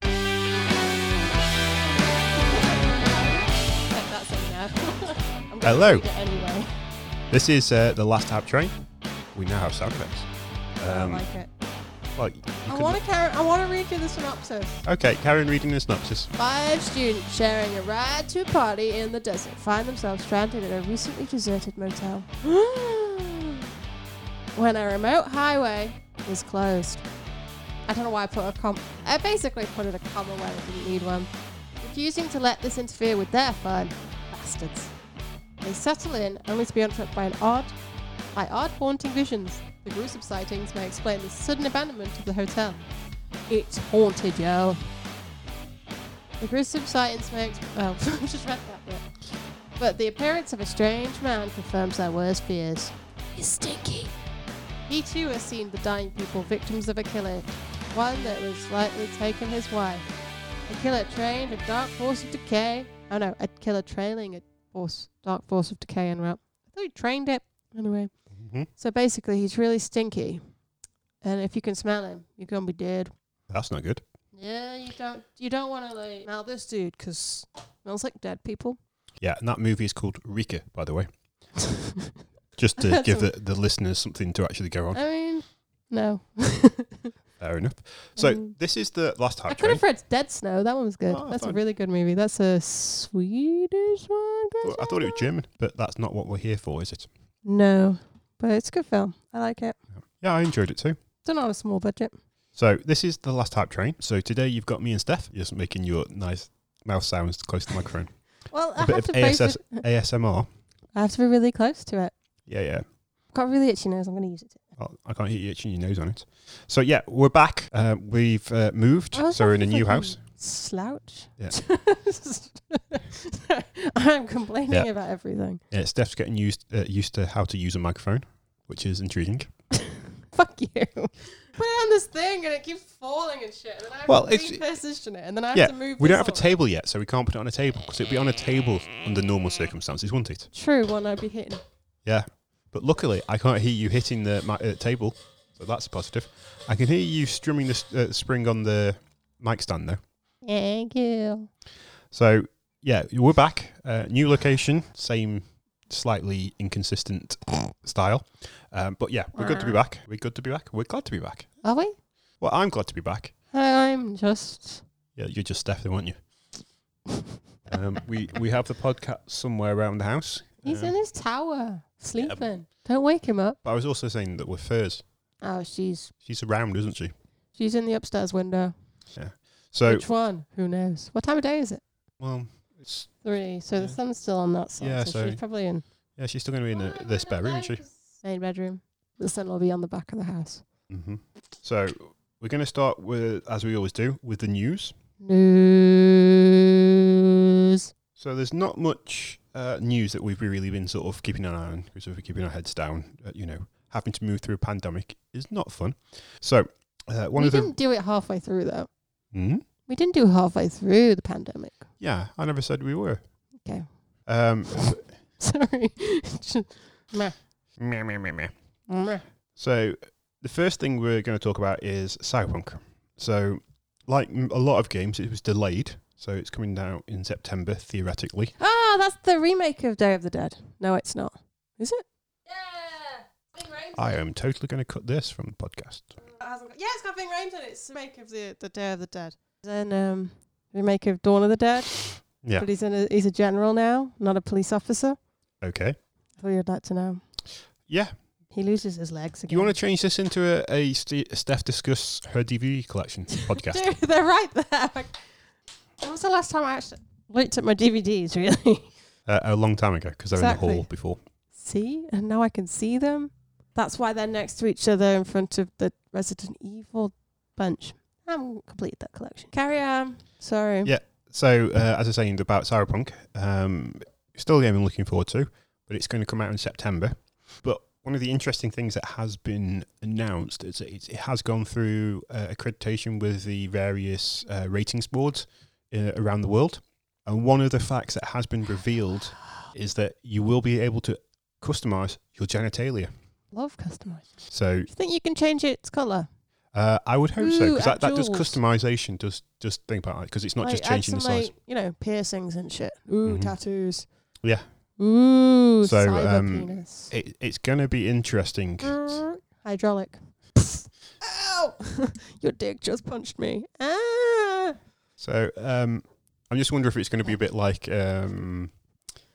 Hello. Read it anyway. This is uh, the last app train. We now have sound effects. Um, I like it. well, you I could- want to carry. I want to read you the synopsis. okay, Karen reading the synopsis. Five students sharing a ride to a party in the desert find themselves stranded in a recently deserted motel. when a remote highway is closed. I don't know why I put a com. I basically put in a comma where I didn't need one. Refusing to let this interfere with their fun. Bastards. They settle in, only to be entrapped by an odd, by odd haunting visions. The gruesome sightings may explain the sudden abandonment of the hotel. It's haunted, yo. The gruesome sightings may ex- well, I just read that bit. But the appearance of a strange man confirms their worst fears. He's stinky. He too has seen the dying people, victims of a killer, one that was likely taken his wife. A killer trained a dark force of decay. Oh no, a killer trailing a force, dark force of decay en route. I thought he trained it anyway. Mhm. So basically, he's really stinky, and if you can smell him, you're gonna be dead. That's not good. Yeah, you don't you don't want to like smell this dude 'cause smells like dead people. Yeah, and that movie is called Rika, by the way. Just to That's give a- the, the listeners something to actually go on. I mean, no. Fair enough. So Um, this is the last I app could train. have read Dead Snow. That one was good. Oh, That's a fine. really good movie. That's a Swedish one. Well, I thought it was German, but that's not what we're here for, is it? No, but it's a good film. I like it. Yeah, I enjoyed it too. It's on a small budget. So this is the last type train. So today you've got me and Steph just making your nice mouth sounds close to the microphone. Well, A I bit have of to face ASS it. ASMR. I have to be really close to it. Yeah, yeah. I've got a really itchy nose. I'm going to use it. Oh, I can't hear you itching your nose on it. So yeah, we're back. Uh, we've uh, moved, I was so we're in a having new fucking house. Slouch. Yeah. I'm complaining Yeah. about everything. Yeah, Steph's getting used uh, used to how to use a microphone, which is intriguing. Fuck you. Put it on this thing and it keeps falling and shit. And then I have Well, to it's- reposition it and then I have yeah, to move We this don't have a on. table yet, so we can't put it on a table because it'd be on a table under normal circumstances, wouldn't it? True one I'd be hitting. Yeah, but luckily I can't hear you hitting the mi- uh, table, so that's a positive. I can hear you strumming the s- uh, spring on the mic stand though. Thank you. So yeah, we're back. Uh, new location, same slightly inconsistent style, um, but yeah, we're good to be back. We're good to be back. We're glad to be back. Are we? Well, I'm glad to be back. I'm just Yeah, you're just Steph, though, aren't you? Um, we we have the podcast somewhere around the house. He's um, in his tower, sleeping. Don't wake him up. But I was also saying that we're furs. Oh, she's She's around, isn't she? she's in the upstairs window. So Which one? Who knows? What time of day is it? well, it's Three. So the Yeah. sun's still on that side. Yeah, so, so- she's probably in yeah, she's still going to be in Oh, the, the spare room, isn't she? main bedroom. The sun will be on the back of the house. hmm So we're going to start with, as we always do, with the news. News. So there's not much uh, news that we've really been sort of keeping an eye on because we're keeping our heads down. Uh, you know, having to move through a pandemic is not fun. So uh, one we of the didn't do it halfway through though. Hmm? We didn't do halfway through the pandemic. yeah, I never said we were. Okay. Um, Sorry. Meh, meh, meh, meh, meh. meh. So, the first thing we're going to talk about is Cyberpunk. So, like m- a lot of games, it was delayed. So, it's coming out in September, theoretically. Ah, that's the remake of Day of the Dead. No, it's not. Is it? Yeah. I uh, am totally going to cut this from the podcast. yeah, it's got Ving Rhames in it. It's a remake of the, the Day of the Dead. Then um, remake of Dawn of the Dead. Yeah. But he's in a, he's a general now, not a police officer. Okay. I thought you'd like to know. Yeah. He loses his legs Do again. you want to change this into a, a Ste- Steph Discuss Her DVD Collection podcast? Dude, they're right there. Like, when was the last time I actually looked at my DVDs? Really? uh, a long time ago because they were in Exactly. the hall before. see, and now I can see them. That's why they're next to each other in front of the Resident Evil bunch. I haven't completed that collection. Carry on. Sorry. Yeah. So, uh, as I was saying about Cyberpunk, um, still a game I'm looking forward to, but it's going to come out in September. But one of the interesting things that has been announced is that it's- it has gone through uh, accreditation with the various uh, ratings boards uh, around the world. And one of the facts that has been revealed is that you will be able to customize your genitalia. Love customized. So Do you think you can change its color? uh, I would hope so Ooh, because that, that does Abdul's. customization. Does just think about it because it's not just Like, add changing the some, size. Like, you know, piercings and shit. Ooh, Mhm. tattoos. Yeah. Ooh, So, cyber um, penis. It, it's going to be interesting. Mm, hydraulic. Ow! Your dick just punched me. Ah! So um, I'm just wondering if it's going to be a bit like um,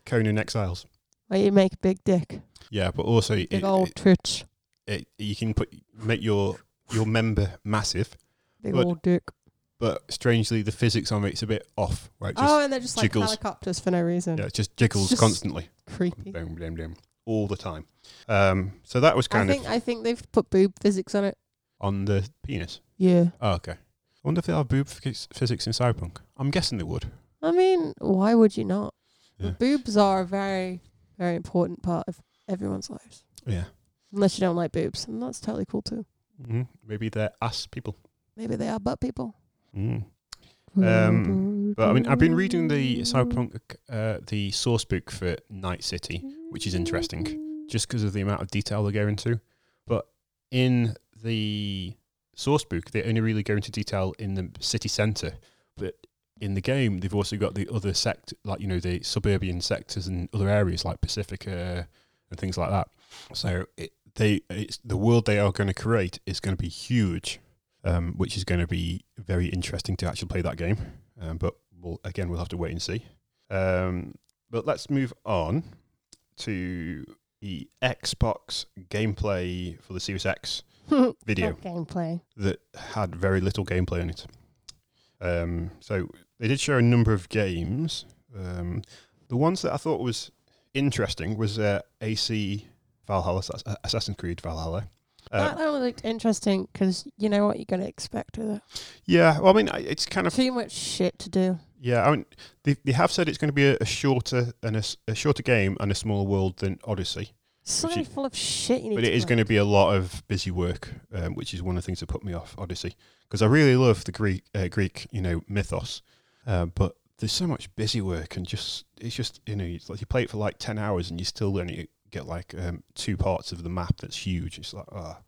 Conan Exiles. Well, you make a big dick. Yeah, but also it, Big old it, twitch. it, you can put make your your member massive, Big but- old dick. but strangely the physics on it's a bit off. Where it just oh, and they're just like jiggles. helicopters for no reason. yeah, it just jiggles just constantly, Creepy. Boom, boom, boom, all the time. Um, so that was I kind think of I think they've put boob physics on it. on the penis. Yeah. Oh, okay. I wonder if they have boob physics physics in Cyberpunk. I'm guessing they would. I mean, why would you not? Yeah. Boobs are a very, very important part of everyone's lives. Yeah. Unless you don't like boobs, and that's totally cool too. hmm Maybe they're ass people. Maybe they are butt people. Mm. Um, But I mean, I've been reading the Cyberpunk, uh, the source book for Night City, which is interesting. just because of the amount of detail they go into. But in the source book, they only really go into detail in the city centre. But in the game, they've also got the other sect, like you know, the suburban sectors and other areas like Pacifica and things like that. So it, they, it's the world they are going to create is going to be huge, um, which is going to be very interesting to actually play that game. Um, but we'll, again, we'll have to wait and see. Um, but let's move on to the Xbox gameplay for the Series X video Not gameplay. that had very little gameplay in it. Um, so they did show a number of games. Um, the ones that I thought was interesting was uh, AC Valhalla, so that's A- Assassin's Creed Valhalla. Uh, that only looked interesting because you know what you're going to expect with it. yeah, well, I mean, I- it's kind of Too much shit to do. yeah. I mean, they, they have said it's going to be a, a shorter and a, s- a shorter game and a smaller world than Odyssey. So Which is- full of shit you need but to it is learn. going to be a lot of busy work, um, which is one of the things that put me off Odyssey because I really love the Greek, uh, Greek, you know, mythos, uh, but there's so much busy work and just it's just you know it's like you play it for like ten hours and you still only get like um, two parts of the map that's huge. It's like ah,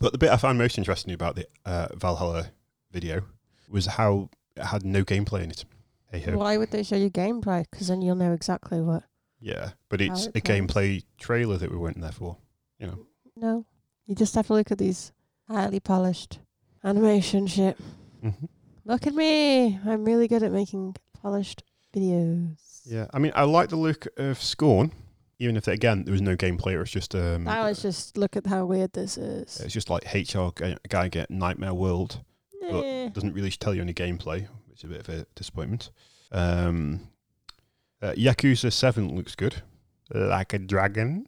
but the bit I found most interesting about the uh, Valhalla video was how it had no gameplay in it. Hey ho, Why would they show you gameplay? Because then you'll know exactly what. yeah, but it's it a plays. gameplay trailer that we weren't there for. You know, No, you just have to look at these highly polished animation shit. mm-hmm. Look at me. I'm really good at making polished videos. Yeah, I mean, I like the look of Scorn, even if again there was no gameplay. It was just um, That was just look at how weird this is. it's just like HR g- guy get Nightmare World but- Eh. doesn't really tell you any gameplay, which is a bit of a disappointment. Um, uh, Yakuza Seven looks good, like a dragon,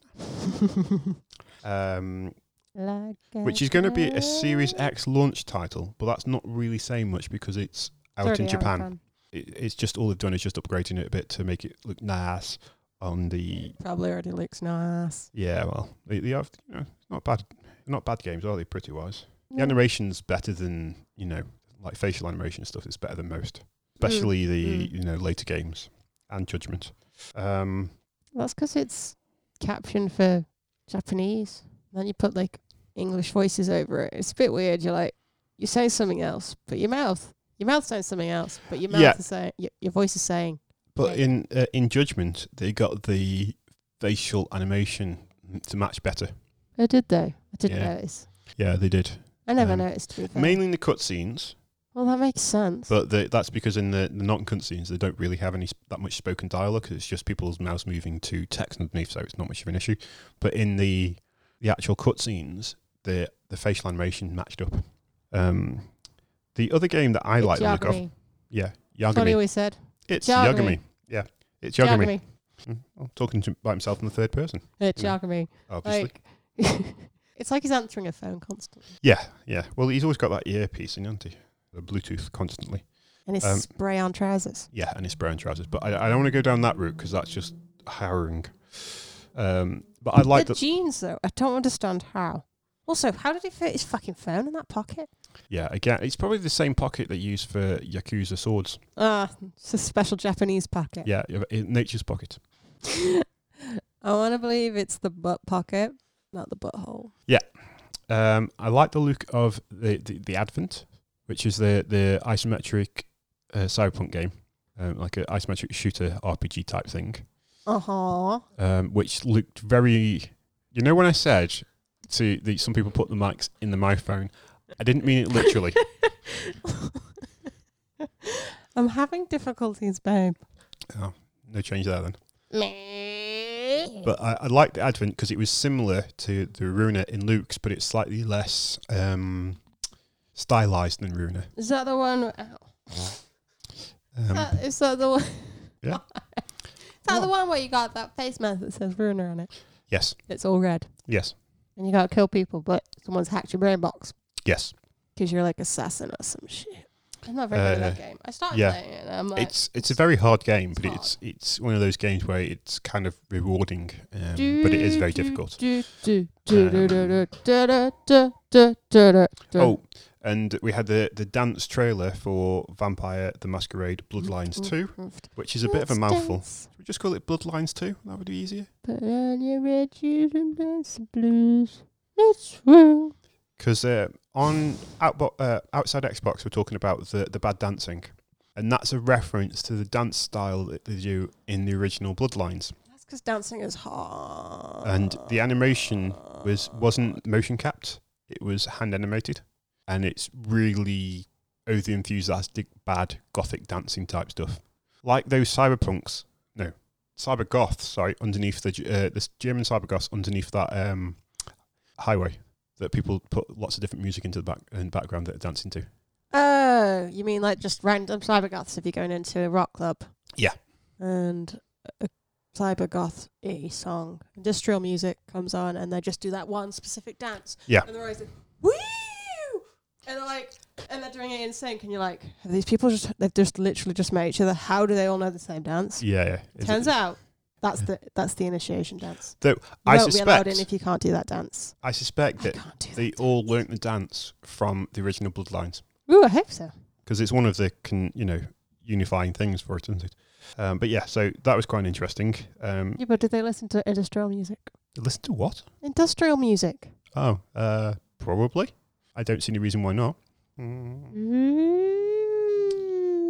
um, Like which is going to be a Series X launch title, but that's not really saying much because it's out It's already in Japan. It, it's just all they've done is just upgrading it a bit to make it look nice on the Probably already looks nice. Yeah, well, they, they have you know not bad, not bad games are they? Pretty wise. The animation's better than you know, like facial animation stuff is better than most, especially the mm. you know later games and Judgment. Um, That's 'cause it's captioned for Japanese. Then you put like English voices over it. It's a bit weird. You're like, you say something else, but your mouth, your mouth sounds something else, but your mouth Yeah. is saying, your, your voice is saying, but Right. in uh, in Judgment, they got the facial animation to match better. oh, did they? I didn't Yeah. notice. Yeah, they did I never Um, noticed. To be fair. mainly in the cutscenes, well, that makes sense. but the, that's because in the, the non cutscenes they don't really have any sp- that much spoken dialogue. 'cause it's just people's mouths moving to text underneath, so it's not much of an issue. But in the the actual cutscenes, the the facial animation matched up. Um, the other game that I like the look of, Geogamy. yeah, That's what he Yagami. always said. It's Yagami. Yagami. Yeah, it's Geogamy. Yagami. Mm, well, talking to by himself in the third person, It's Yeah. Geogamy. obviously. Like, it's like he's answering a phone constantly. Yeah, yeah. Well, he's always got that earpiece in, hasn't he? The Bluetooth constantly. And his Um, spray on trousers. Yeah, and it's brown trousers. But I, I don't want to go down that route because that's just harrowing. Um, but I like the that. jeans, though, I don't understand how. Also, how did he fit his fucking phone in that pocket? Yeah, again, it's probably the same pocket they use for Yakuza swords. Ah, it's a special Japanese pocket. Yeah, yeah, in nature's pocket. I want to believe it's the butt pocket, not the butthole. Um, I like the look of the, the, the Advent, which is the, the isometric uh, cyberpunk game, um, like an isometric shooter RPG type thing. Uh huh. um, which looked very. You know when I said to the, some people put the mics in the microphone, I didn't mean it literally. I'm having difficulties, babe. no change there then. Me. But I, I liked the Advent because it was similar to the Runa in Luke's, but it's slightly less um, stylized than Runa. Is that the one? ow. Um, Uh, is that the one? Yeah. Is that the one where you got that face mask that says Ruiner on it? yes, It's all red. yes, And you gotta kill people, but someone's hacked your brain box yes. because you're like assassin or some shit. I'm not very good at that game. I started Uh, yeah. playing it and I'm like, it's it's a very hard game, It's but it's it's one of those games where it's kind kind of rewarding, um, do, but it is very do, difficult. Um, do, do, do, do, do, do, do, do, do, do, do, do. Oh, and we had the, the dance trailer for Vampire the Masquerade Bloodlines 2, which is a bit of a Let's mouthful. dance. Should we just call it Bloodlines 2? That would be easier. Put on your red shoes and dance the blues. Let's swing. Because uh, on Outbo- uh, Outside Xbox, we're talking about the, the bad dancing. And that's a reference to the dance style that they do in the original Bloodlines. That's because dancing is hard. And the Ah. animation was, Oh, wasn't motion capped, it was hand animated. And it's really over enthusiastic, bad, gothic dancing type stuff. Like those cyberpunks, no, cyber goths, sorry, underneath the, G- uh, this German cyber goths underneath that um, highway that people put lots of different music into the back in the background that are dancing to. Oh, you mean like just random cyber goths if you're going into a rock club? Yeah. And a cyber goth y song, industrial music comes on, and they just do that one specific dance. Yeah. And they're always like, woo! And they're like, and they're doing it in sync, and you're like, have these people just, they've just literally just met each other. How do they all know the same dance? Yeah, yeah. Is it- Turns out that's the that's the initiation dance. Though, you I won't be allowed suspect- in if you can't do that dance. I suspect I that can't do that. they all learnt the dance from the original Bloodlines Ooh, I hope so. because it's one of the con, you know unifying things for it, isn't it? Um, but yeah, so that was quite interesting. Um, Yeah, but did they listen to industrial music? Listen to what? Industrial music. Oh, uh, probably. I don't see any reason why not. Mm.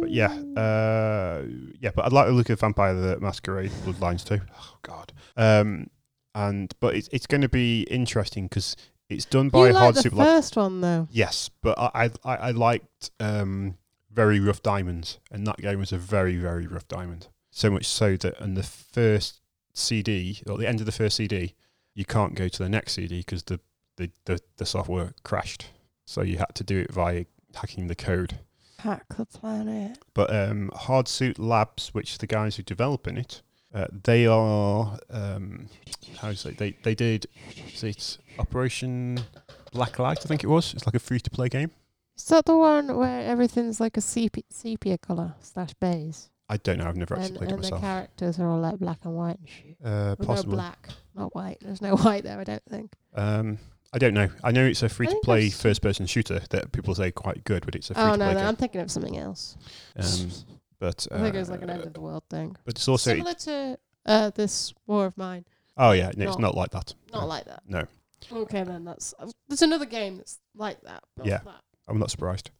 But But yeah, uh, yeah. But I'd like to look at Vampire the Masquerade Bloodlines too. Oh God. Um, and but it's it's going to be interesting because it's done by you like Hard the Super. Lab- first one though. yes, but I I, I I liked um, Very Rough Diamonds, and that game was a very very rough diamond. So much so that on the first CD or the end of the first CD, you can't go to the next CD because the, the the the software crashed. So you had to do it via hacking the code. Hack the planet. But um, Hard Suit Labs, which are the guys who develop in it, uh, they are um, how is it? They they did so it's Operation Blacklight, I think it was. It's like a free to play game. Is that the one where everything's like a sepia, sepia color slash beige, I don't know. I've never actually and, played it and the myself. characters are all like black and white and shit? Uh, Well, no possibly. black, not white. There's no white there, I don't think. Um, I don't know. I know it's a free to think play I've s- first person shooter that people say quite good, but it's a free Oh to no, play no, I'm game. thinking of something else. Um, but I think it was like an uh, end of the world thing, But it's also similar to uh, this war of mine. oh yeah, no, it's not- not like that. Not No. like that. No. Okay, then that's uh, there's another game that's like that. not Yeah. that. I'm not surprised.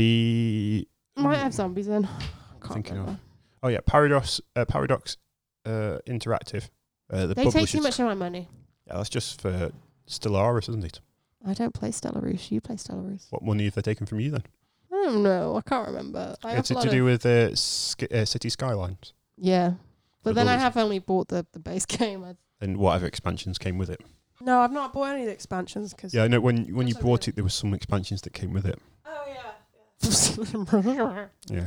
The Might have Mm. zombies in. Can't Thinking of- remember. Oh yeah, Paradox uh, Paradox uh, Interactive. Uh, the They take publishers. too much of my money. Yeah, that's just for Stellaris, isn't it? I don't play Stellaris. You play Stellaris. What money have they taken from you then? I don't know. I can't remember. I it's have a to lot do of, with uh, sk- uh, City Skylines yeah, but with then all I this- have only bought the, the base game. I, and whatever expansions came with it. no, I've not bought any of the expansions because. Yeah, I know when when you That's what bought it- it, there was some expansions that came with it. Oh yeah. Yeah,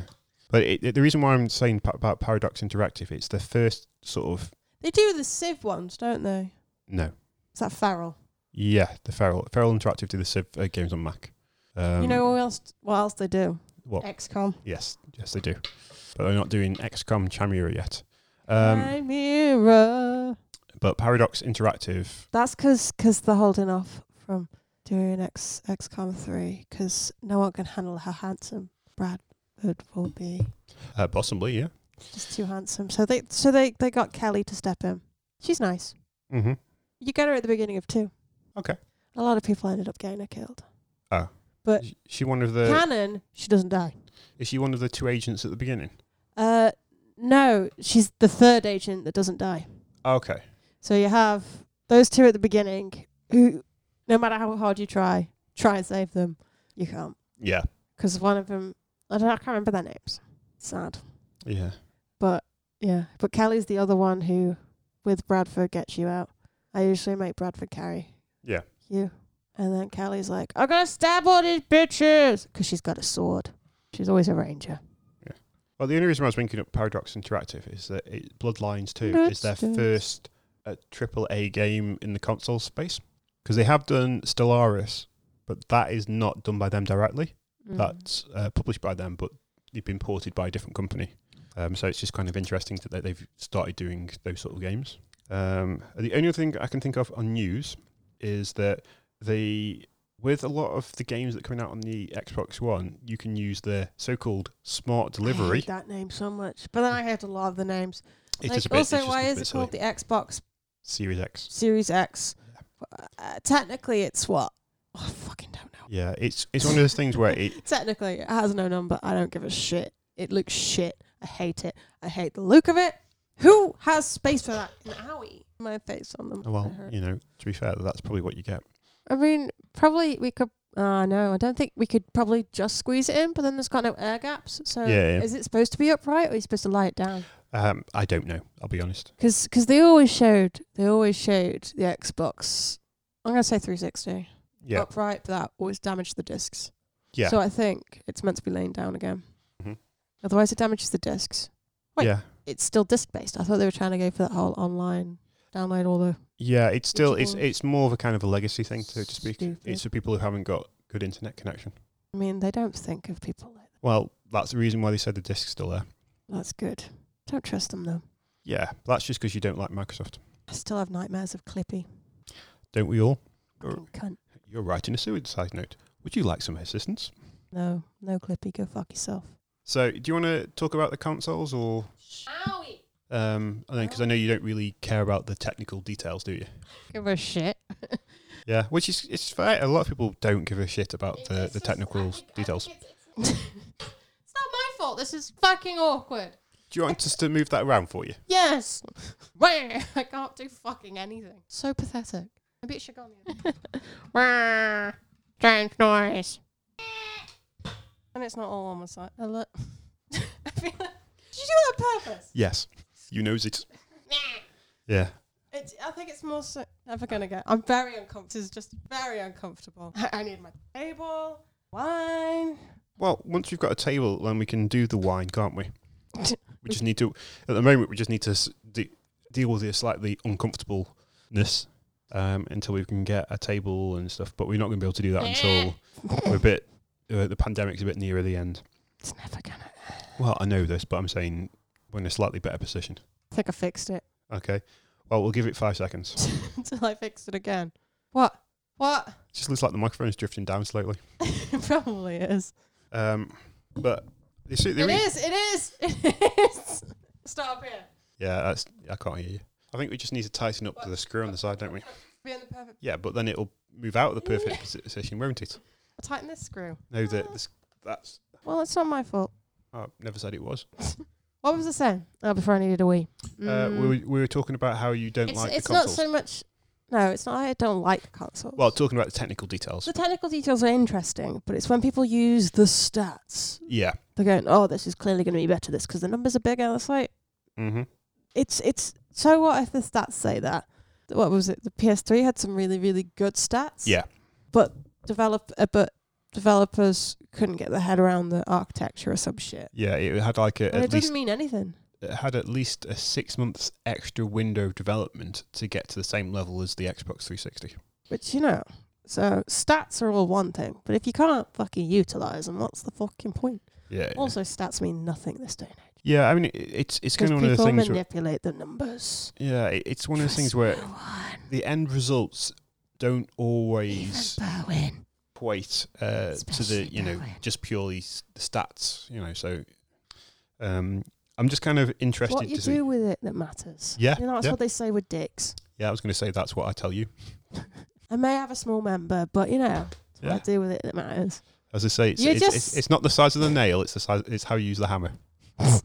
but it, it- the reason why I'm saying pa- about Paradox Interactive, it's the first sort of they do the Civ ones, don't they? no, Is that Feral? yeah, the Feral Feral Interactive do the Civ uh, games on Mac. Um, you know what else? What else they do? what? XCOM. Yes, yes they do, but they're not doing XCOM Chimera yet. Um, Chimera. but Paradox Interactive, That's because they're holding off from doing X XCOM three because no one can handle how handsome Brad Bird will be. uh, possibly, yeah. Just too handsome. So they so they they got Kelly to step in. She's nice. Mm-hmm. You get her at the beginning of two. Okay. A lot of people ended up getting her killed. Oh. But Is she one of the? Canon, she doesn't die. Is she one of the two agents at the beginning? Uh, No, she's the third agent that doesn't die. Okay. So you have those two at the beginning who, no matter how hard you try, try and save them, you can't. Yeah. 'Cause one of them, I, don't, I can't remember their names. Sad. Yeah. But yeah, but Kelly's the other one who, with Bradford, gets you out. I usually make Bradford carry. Yeah. You. And then Kelly's like, I'm going to stab all these bitches. Because she's got a sword. She's always a ranger. Well, the only reason why I was linking up Paradox Interactive is that it, Bloodlines 2 is their Bloodstained. first uh, AAA game in the console space because they have done Stellaris, but that is not done by them directly. Mm. That's uh, published by them, but they've been ported by a different company. Um, so it's just kind of interesting that they- they've started doing those sort of games. Um, the only other thing I can think of on news is that they, with a lot of the games that are coming out on the Xbox One, you can use the so-called smart I delivery. hate that name so much. But then I hate a lot of the names. It's like, just a bit, also, it's just why a is bit it silly. called the Xbox Series X? Series X? Uh, technically, it's what? Oh, I fucking don't know. Yeah, it's it's one of those things where it Technically, it has no number. I don't give a shit. It looks shit. I hate it. I hate the look of it. Who has space for that? An owie. My face on them. Oh, well, It hurt. you know, to be fair, that's probably what you get. I mean, probably we could. Uh, no, I don't think we could probably just squeeze it in, but then there's got no air gaps. So Yeah, yeah. is it supposed to be upright or are you supposed to lie it down? Um, I don't know. I'll be honest. Because cause they always showed, they always showed the Xbox. I'm going to say 360. Yeah, Upright, but that always damaged the discs. yeah, So I think it's meant to be laying down again. Mhm. Otherwise, it damages the discs. wait. yeah, It's still disc based. I thought they were trying to go for that whole online download all the. yeah. It's still it's one? it's more of a kind of a legacy thing, so to speak. Stupid. It's for people who haven't got good internet connection. I mean, they don't think of people like that. Well, that's the reason why they said the disc's still there. That's good. Don't trust them though. Yeah, that's just because you don't like Microsoft, I still have nightmares of Clippy. don't we all? Fucking cunt. You're writing a suicide note. Would you like some assistance? No, no Clippy. Go fuck yourself. So, do you want to talk about the consoles or? Owie. Um, I know because I know you don't really care about the technical details, do you? Give a shit. Yeah, which is it's fair. A lot of people don't give a shit about the, the technical details. it's not my fault. This is fucking awkward. Do you want us to move that around for you? Yes. Wah! I can't do fucking anything. So pathetic. Maybe it should go on the Wah! Strange noise. And it's not all on my side. I look. I feel like, did you do that on purpose? Yes. You knows it. Yeah. It's, I think it's more so. Never gonna get. I'm very uncomfortable. This is just very uncomfortable. I, I need my table, wine. Well, once we've got a table, then we can do the wine, can't we? We just need to. At the moment, we just need to s- de- deal with the slightly uncomfortableness um, until we can get a table and stuff. But we're not going to be able to do that until we're a bit. Uh, the pandemic's a bit nearer the end. It's never gonna. Well, I know this, but I'm saying we're in a slightly better position. I think I fixed it. Okay. Well, we'll give it five seconds. Until I fixed it again. What? What? just looks like the microphone's drifting down slightly. it probably is. Um, but you see, the It re- is. It is. It is. Stop here. yeah, that's, I can't hear you. I think we just need to tighten up to the screw on the side, don't we? Be in the perfect. Yeah, but then it'll move out of the perfect posi- position, won't it? I'll tighten this screw. No, that Oh. this, that's. Well, it's not my fault. I never said it was. What was I saying? Oh, before I needed a wee. Uh, we, were, we were talking about how you don't Mm. it's like it's the not consoles. so much. No, it's not. I don't like consoles. well, talking about the technical details. the technical details are interesting, but it's when people use the stats. yeah. They're going, "Oh, this is clearly going to be better. This because the numbers are bigger." It's like Mm-hmm. it's it's. So what if the stats say that? What was it? The PS3 had some really really good stats. Yeah. but develop uh, but developers couldn't get their head around the architecture or some shit. Yeah, it had like a, And it at least doesn't mean anything. it had at least a six months extra window of development to get to the same level as the Xbox 360. But you know, so stats are all one thing, but if you can't fucking utilize them, what's the fucking point? Yeah. Also, stats mean nothing this day and age Yeah, I mean, it, it's it's because kind of one of people the things. Where, manipulate the numbers. yeah, it, it's one of the things where Trust no one. the end results don't even always Bowen. equate uh, to the Especially you know Darwin. just purely s- the stats. You know, so um, I'm just kind of interested What you to do see. with it that matters. Yeah, you know that's yeah. what they say with dicks. Yeah, I was going to say that's what I tell you. I may have a small member, but you know, that's Yeah. what I do with it that matters. As I say, it's You're it's, just- it's it's not the size of the nail; it's the size. It's how you use the hammer. Isn't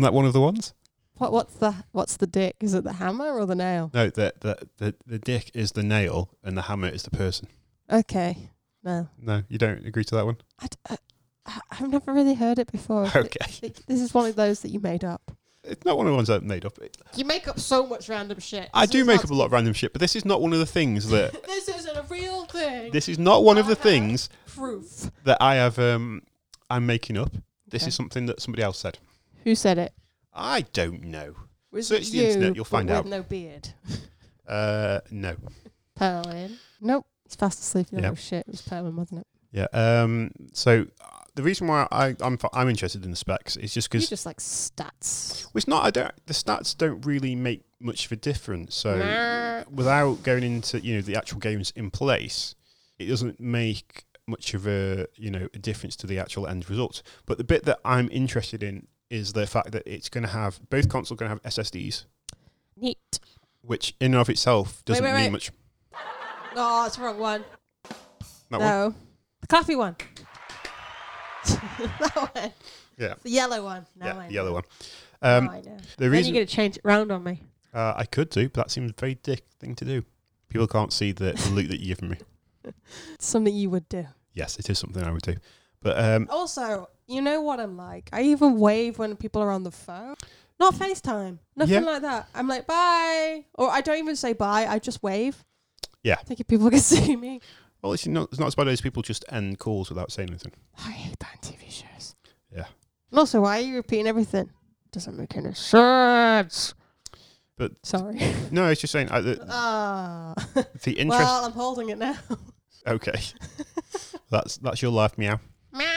that one of the ones? What, what's the what's the dick? Is it the hammer or the nail? No, the, the, the, the dick is the nail and the hammer is the person. Okay, no, No, you don't agree to that one? I, d- I- I- I've never really heard it before. Okay. Th- This is one of those that you made up. It's not one of the ones I've made up. You make up so much random shit. I do make up a lot of random shit, but this is not one of the things that. This isn't a real thing. this is not one of the Uh-huh. things Proof. that I have. Um, I'm making up. This Okay. is something that somebody else said. Who said it? I don't know. Was Search it the internet, you, you'll but find with out. no beard. Uh, no. Perlin. Nope. He's fast asleep. now. Yeah. Oh shit, it was Perlin, wasn't it? Yeah. Um. So uh, the reason why I, I'm f- I'm interested in the specs is just You because just like stats. it's not. I don't. The stats don't really make much of a difference. So Nah. without going into you know the actual games in place, it doesn't make much of a you know a difference to the actual end result. But the bit that I'm interested in is the fact that it's going to have both consoles going to have SSDs, Neat. which in and of itself doesn't wait, mean wait. much. Oh, it's the wrong one. That one. no. The clappy one. that one. Yeah. The yellow one. Now Yeah, I the other know. one. Um, Now I know. the Then reason you're going to change it round on me. Uh, I could do, but that seems a very dick thing to do. People can't see the, the loot that you've given me. It's something you would do. Yes, it is something I would do. But um, Also, you know what I'm like. I even wave when people are on the phone. Not FaceTime. Nothing Yeah. like that. I'm like, bye. Or I don't even say bye. I just wave. Yeah. Thinking people can see me. well, it's not, it's not as bad as people just end calls without saying anything. I hate that in TV shows. Yeah. And also, why are you repeating everything? Doesn't make any sense. But- sorry. No, it's just saying uh, the, Ah. the interest. well, um, I'm holding it now. okay, that's that's your life, meow.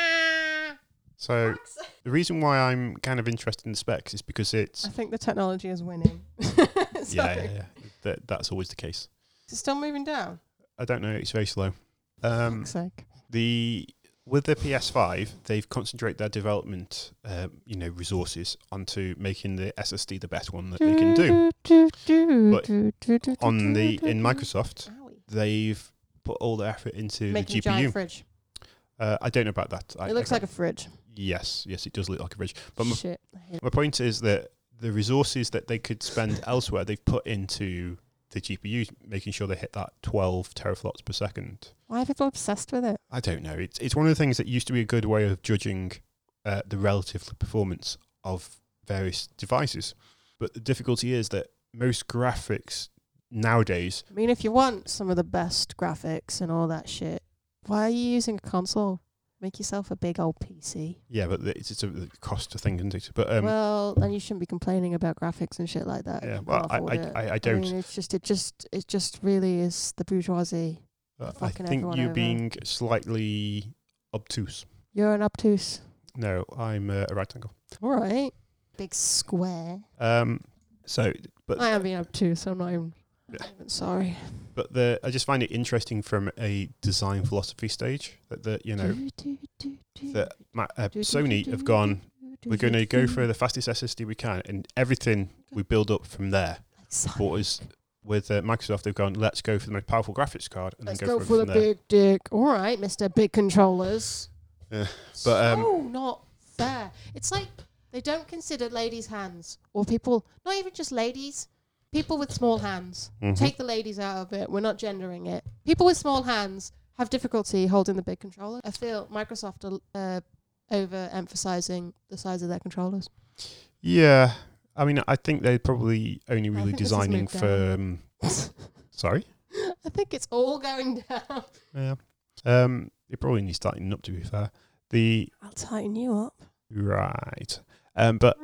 I So the reason why I'm kind of interested in the specs is because it's think the technology is winning. yeah, Sorry. yeah, yeah. That, that's always the case. Is it still moving down? I don't know. It's very slow. Um, Fuck's sake. the with the PS5, they've concentrated their development, um, you know, resources onto making the SSD the best one that they can Mm. do. But On the in Microsoft, Owie. they've put all the effort into Making the a giant GPU. fridge. Uh, I don't know about that. I, It looks I like a fridge. yes, yes, it does look like a bridge. But my, Shit. I hate it. my point is that the resources that they could spend elsewhere, they've put into the GPU, making sure they hit that 12 teraflops per second. Why are people obsessed with it? I don't know. It's it's one of the things that used to be a good way of judging uh, the relative performance of various devices, but the difficulty is that most graphics nowadays, I mean, if you want some of the best graphics and all that shit, why are you using a console? Make yourself a big old PC. yeah, but it's it's a the cost of thing, isn't it? But um, well, then you shouldn't be complaining about graphics and shit like that. Yeah, You well, can't I- afford I- it. I- I don't. mean, it's just, it just, it just really is the bourgeoisie. Uh, I fucking think everyone you're over. being slightly obtuse. You're an obtuse. No, I'm uh, a rectangle. All right. Big square. Um, so, but I am being obtuse. I'm not even. I'm not even sorry. but the I just find it interesting from a design philosophy stage that the you know that ma- uh, Sony have gone. We're going to go for the fastest SSD we can, and everything we build up from there. But as with uh, Microsoft, they've gone, let's go for the most powerful graphics card, and Let's then go go, for, for the it from there. big dick. All right, Mister Big Controllers. Yeah, but, um, so not fair. It's like they don't consider ladies' hands or people, not even just ladies, people with small hands. Mhm. Take the ladies out of it. We're not gendering it. People with small hands have difficulty holding the big controller. I feel Microsoft are uh, overemphasizing the size of their controllers. Yeah, I mean, I think they're probably only I really think this has designing moved for. Um, sorry. I think it's all going down. Yeah. Um, it probably needs tightening up. To be fair, the I'll tighten you up. right. Um, but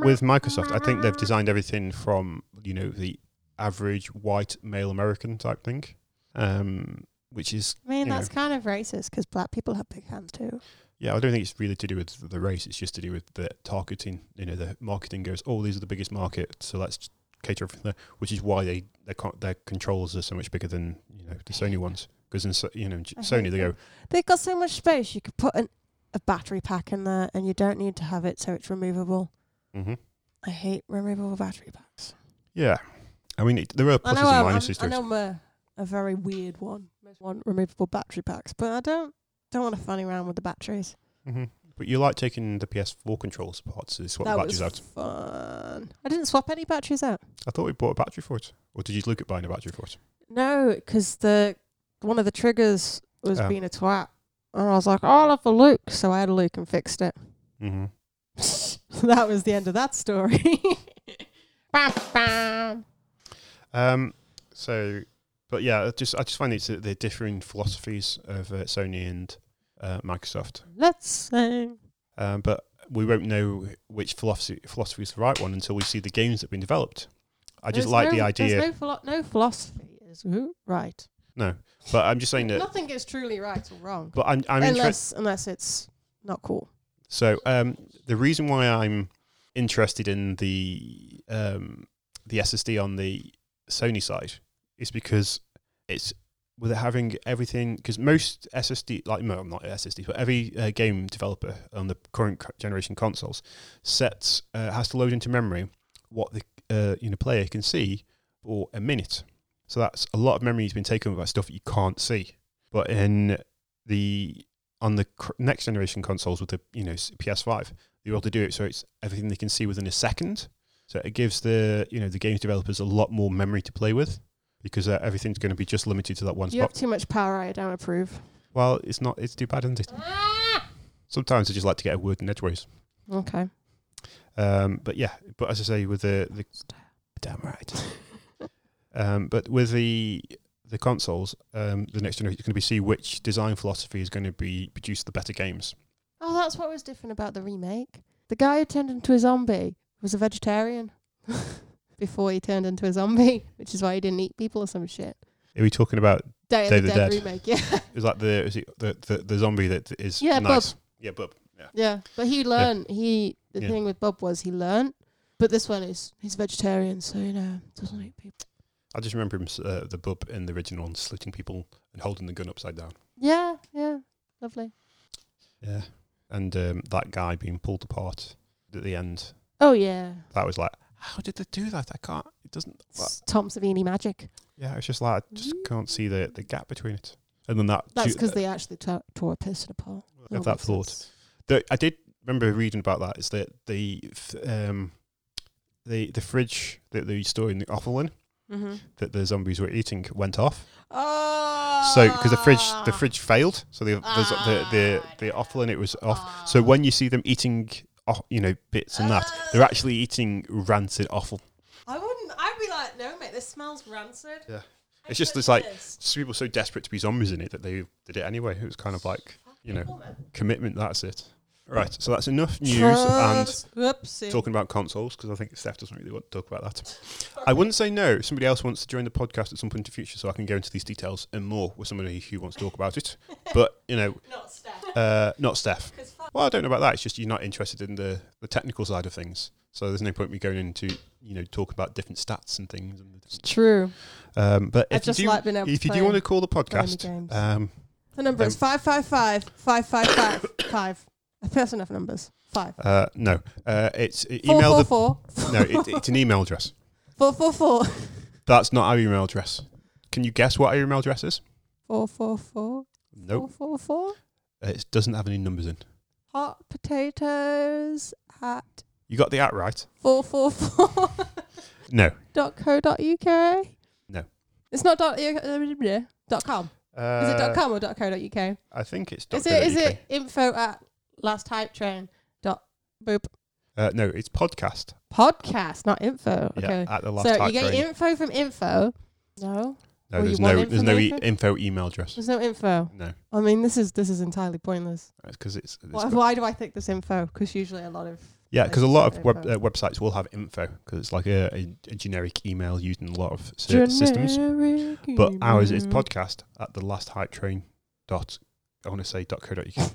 with Microsoft, I think they've designed everything from you know the average white male American type thing, um, which is I mean, you know. that's kind of racist because black people have big hands too. yeah, I don't think it's really to do with the race. It's just to do with the targeting. You know, the marketing goes, oh, these are the biggest market, so let's just cater everything there, which is why they their, con- their controls are so much bigger than you know the Sony ones because in so, you know I Sony hate they go them. They've got so much space. You could put an, a battery pack in there, and you don't need to have it, so it's removable. mm-hmm. I hate removable battery packs. yeah. I mean, it, there are I pluses know, I'm, and I'm- I minuses to it. know I'm a, a very weird one. Most want removable battery packs, but I don't don't want to funny around with the batteries. Mm-hmm. But you like taking the PS4 controls apart to swap the that batteries was out. fun. I didn't swap any batteries out. I thought we bought a battery for it. Or did you look at buying a battery for it? No, because the one of the triggers was Oh. being a twat, and I was like, oh, "I'll have a look." So I had a look and fixed it. Mm-hmm. that was the end of that story. bam, bam. Um, so, but yeah, I just I just find it's the, the differing philosophies of uh, Sony and uh, Microsoft. Let's sing. Um, but we won't know which philosophy philosophy is the right one until we see the games that have been developed. I just There's like no- the idea. There's no, philo- no philosophy is who- right. No, but I'm just saying that. Nothing is truly right or wrong, But I'm I'm interested. unless unless it's not cool. So um, the reason why I'm interested in the um, the SSD on the Sony side is because it's with it having everything because most SSD like no not SSD but every uh, game developer on the current c- generation consoles sets uh, has to load into memory what the uh, you know player can see for a minute. So that's a lot of memory has been taken by stuff that you can't see. But in the on the cr- next generation consoles with the you know s- PS5, they're able to do it so it's everything they can see within a second. So it gives the you know the games developers a lot more memory to play with because uh, everything's going to be just limited to that one You have spot. too much power. I don't approve. Well, it's not it's too bad, isn't it? Sometimes I just like to get a word in edgeways. Okay. Um, but yeah, but as I say, with the the damn right. um, but with the the consoles, um, the next generation, you can be see which design philosophy is going to be produce the better games. Oh, that's what was different about the remake. The guy who turned into a zombie was a vegetarian before he turned into a zombie, which is why he didn't eat people or some shit. Are we talking about Day of Day the Dead, remake, yeah, Is that the is it the, the the zombie that is Yeah, nice? Yeah, Bub. Yeah. yeah. But he learned. He the Yeah. thing with Bob was he learned, but this one is he's vegetarian, so you know doesn't eat people. I just remember him s- uh, the Bub in the original one, slitting people and holding the gun upside down. Yeah, yeah, lovely. Yeah, and um, that guy being pulled apart at the end. Oh yeah, That was like, how did they do that? I can't. It doesn't. Well, it's Tom Savini magic. yeah, it's just like I just Mm. can't see the the gap between it. And then that That's ju- because they actually t- tore a person apart. I have that thought. The, I did remember reading about that. Is that the f- um the the fridge that they store in the offal in Mm-hmm. that the zombies were eating went off. Oh. So because the fridge the fridge failed, so the the the Ah. the, the offal in it was off. So when you see them eating, off, you know, bits and that, Ah. they're actually eating rancid offal. I wouldn't. I'd be like, no, mate, this smells rancid. Yeah. I It's just couldn't it's like do this. s- people were so desperate to be zombies in it that they did it anyway. It was kind of like you know commitment. That's it. Right. So that's enough news and Trust- Whoopsie. talking about consoles because I think Steph doesn't really want to talk about that. I wouldn't say no. If somebody else wants to join the podcast at some point in the future, so I can go into these details and more with somebody who wants to talk about it. But you know, Not Steph. uh, not Steph. 'Cause fuck- Well, I don't know about that. It's just you're not interested in the, the technical side of things. So there's no point me going into you know talk about different stats and things. And the different, True. um, but I if you just do like being able to if you play do want to call the games. podcast, um, The number is Um, five five five five five five five. I think that's enough numbers. Five. uh, no, uh, it's e- Four email four four. the no, it, it's an email address. Four four four. That's not our email address. Can you guess what our email address is? Four four four. Four Nope, four four. Uh, it doesn't have any numbers in. Hot potatoes at You got the at right? four four four. No. dot co dot uk. No. It's not dot, uh, dot com. Uh, Is it dot com or dot co dot uk? I think it's. Is it is .co.uk. it info at last hype train dot boop Uh, no, it's podcast. podcast, not info. Okay. Yeah, at the last so type you get train. info from info. No, No, Well, there's you want no, there's no e- information? info email address. there's no info. No, I mean, this is this is entirely pointless. it's because it's, it's Why, got- why do I think this info? Because usually a lot of yeah, because a lot of Info. web, uh, websites will have info because it's like a, a, a generic email used in a lot of ser- systems. Generic But ours is email. podcast at the last hype train dot. I want to say dot co dot uk.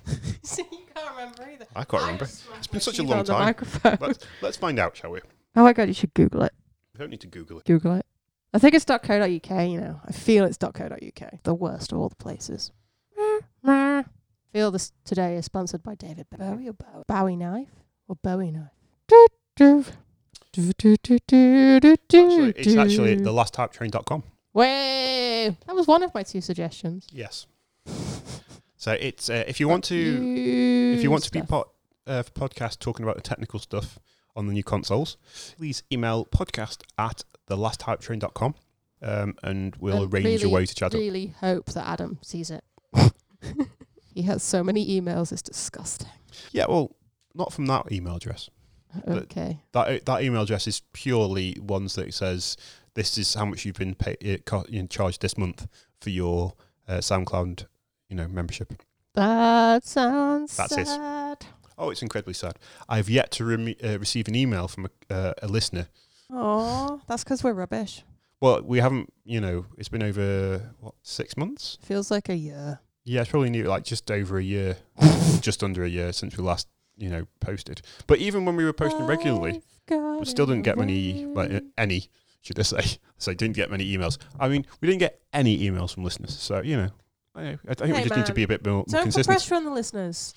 so you can't remember either. I can't I remember. just smacked It's been my such a teeth long on the time. microphone. Let's let's find out, shall we? Oh my god, you should Google it. We don't need to Google it. Google it. I think it's .co.uk. You know, I feel it's .co.uk. The worst of all the places. feel this today is sponsored by David Bowie or Bowie, Bowie knife or Bowie knife. Do, do. Do, do, do, do, do, Actually, do, it's actually do. the last hype train dot com. Way! That was one of my two suggestions. Yes. So it's uh, if you want to if you want to be Stuff. part uh, for podcasts talking about the technical stuff on the new consoles, please email podcast at thelasthypetrain.com um, and Uh, we'll And arrange a really, way to chat up. really hope that Adam sees it. he has so many emails, it's disgusting. Yeah, well, not from that email address. But- Okay. That that email address is purely ones that says this is how much you've been pay, uh, co- you know, charged this month for your uh, SoundCloud, you know, membership. That sounds That's it. sad. Oh, it's incredibly sad. I've yet to rem- uh, receive an email from a, uh, a listener. Oh, that's because we're rubbish. Well, we haven't, you know, it's been over what six months. Feels like a year. Yeah, it's probably new, like just over a year, just under a year since we last, you know, posted. But even when we were posting regularly, we still didn't get many, like, uh, any, should I say? So didn't get many emails. I mean, we didn't get any emails from listeners. So you know, I, I think we Hey, just need to man. be a bit more, more Don't put consistent. pressure on the listeners.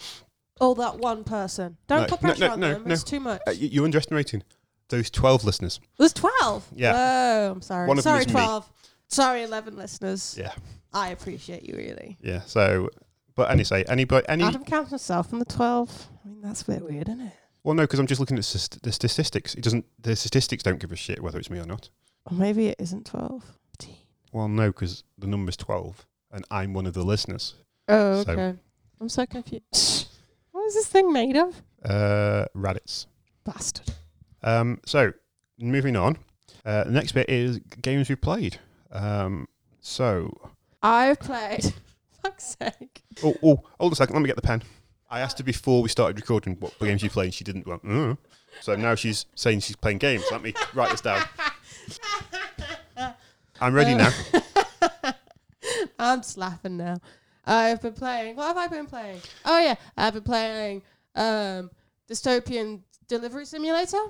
Oh, that one person. Don't No, put no, pressure no, on no, them. no. It's too much. Uh, you- you're underestimating those twelve listeners. There's 12. Yeah. Oh, I'm sorry. One of them sorry, is me. 12. Sorry, 11 listeners. Yeah. I appreciate you, really. Yeah. So, but any say anybody Ah, any Adam counts himself in the 12. I mean, that's a bit weird, isn't it? well no because I'm just looking at st- the statistics. It doesn't the statistics don't give a shit whether it's me or not. Or maybe it isn't 12. 15. Well, no, because the number's twelve, and I'm one of the listeners. Oh, So- okay. I'm so confused. what is this thing made of? Uh, Raditz. Bastard. Um, so moving on. Uh, the next bit is games we've played. Um, so I've played. Fuck's sake. oh, oh, hold a second. Let me get the pen. I asked her before we started recording what games you played. and She didn't want. Mm. So now she's saying she's playing games. Let me write this down. I'm ready Uh. now. I'm just laughing now. I've been playing. What have I been playing? Oh yeah, I've been playing um, Dystopian Delivery Simulator.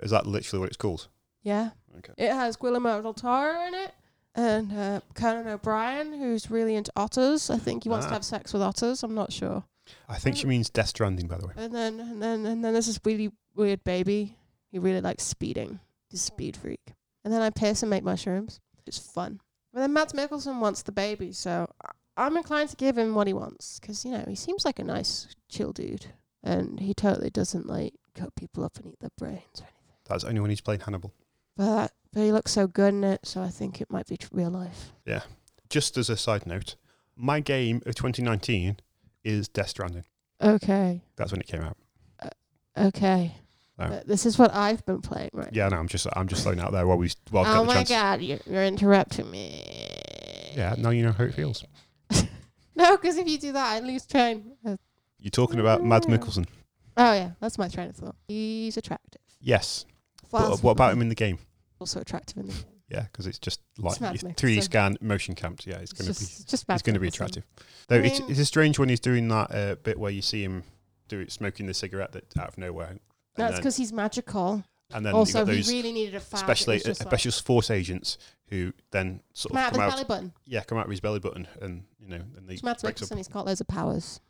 Is that literally what it's called? Yeah. Okay. It has Guillermo del Toro in it and uh, Conan O'Brien, who's really into otters. I think he wants Ah. to have sex with otters. I'm not sure. I think she means Death Stranding, by the way. And then and then and then there's this really weird baby. He really likes speeding. He's a speed freak. And then I pierce and make mushrooms. It's fun. But then Matt Mickelson wants the baby, so I- I'm inclined to give him what he wants. 'Cause you know he seems like a nice, chill dude, and he totally doesn't like cut people up and eat their brains. Or anything. That's only when he's playing Hannibal. But but he looks so good in it, so I think it might be tr- real life. Just as a side note, my game of 2019 is Death Stranding. Okay, That's when it came out. okay. Oh. But this is what I've been playing, right? Yeah, no, I'm just I'm just throwing it out there while we while I've got Oh the my chance. god, you're, you're interrupting me. Yeah, now you know how it feels. No, because if you do that, I lose train. of- You're talking about Mads Yeah. Mikkelsen. Oh yeah, that's my train of thought. He's attractive. Yes. Well, But uh, what about him in the game? Also attractive in the game. Yeah, because it's just like Mads it's 3D Mikkelsen. scan motion camped. Yeah, It's it's going just, to be it's just it's going to be attractive. Though it's, mean- it's a strange when he's doing that uh, bit where you see him do it smoking the cigarette that out of nowhere. And That's then- because he's magical. and then Also, you've got he those really needed a fag. It special was just like, special force agents who then sort come out of of his come out belly button. yeah come out of his belly button and you know and they It's Matt breaks up. Mickelson. He's got loads of powers.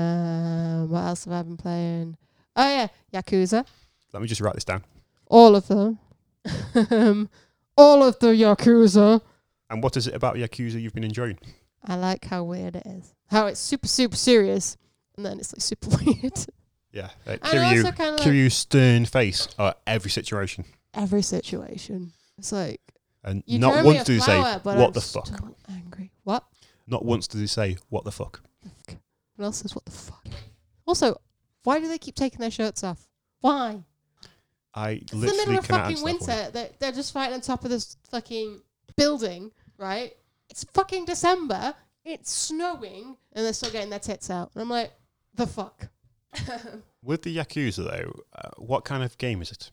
Um, what else have I been playing? Oh yeah, Yakuza. Let me just write this down. All of them. Um, All of the Yakuza. And what is it about Yakuza you've been enjoying? I like how weird it is. How it's super super serious, and then it's like super weird. Yeah, uh, And I also Kiryu, kind of like Kiryu's stern face at every situation, every situation. It's like and you not throw me once a do they say flower, but "What I'm the fuck?" still Angry. What? not once do they say "What the fuck." What else is what the fuck? Also, why do they keep taking their shirts off? Why? I It's the middle literally of cannot fucking answer that for you. winter. They're, they're just fighting on top of this fucking building, right? It's fucking December. It's snowing, and they're still getting their tits out. And I'm like, the fuck. With the Yakuza though, uh, what kind of game is it?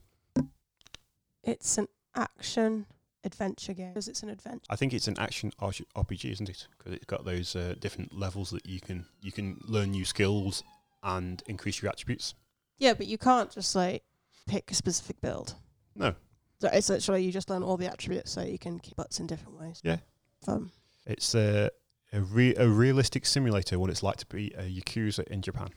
it's an action adventure game because it's an adventure. I think it's an action R- RPG, isn't it? Because it's got those uh, different levels that you can you can learn new skills and increase your attributes. Yeah, but you can't just like pick a specific build. No. So it's literally you just learn all the attributes so you can keep butts in different ways. Um, Yeah. Fun. It's a a, re- a realistic simulator what it's like to be a Yakuza in Japan.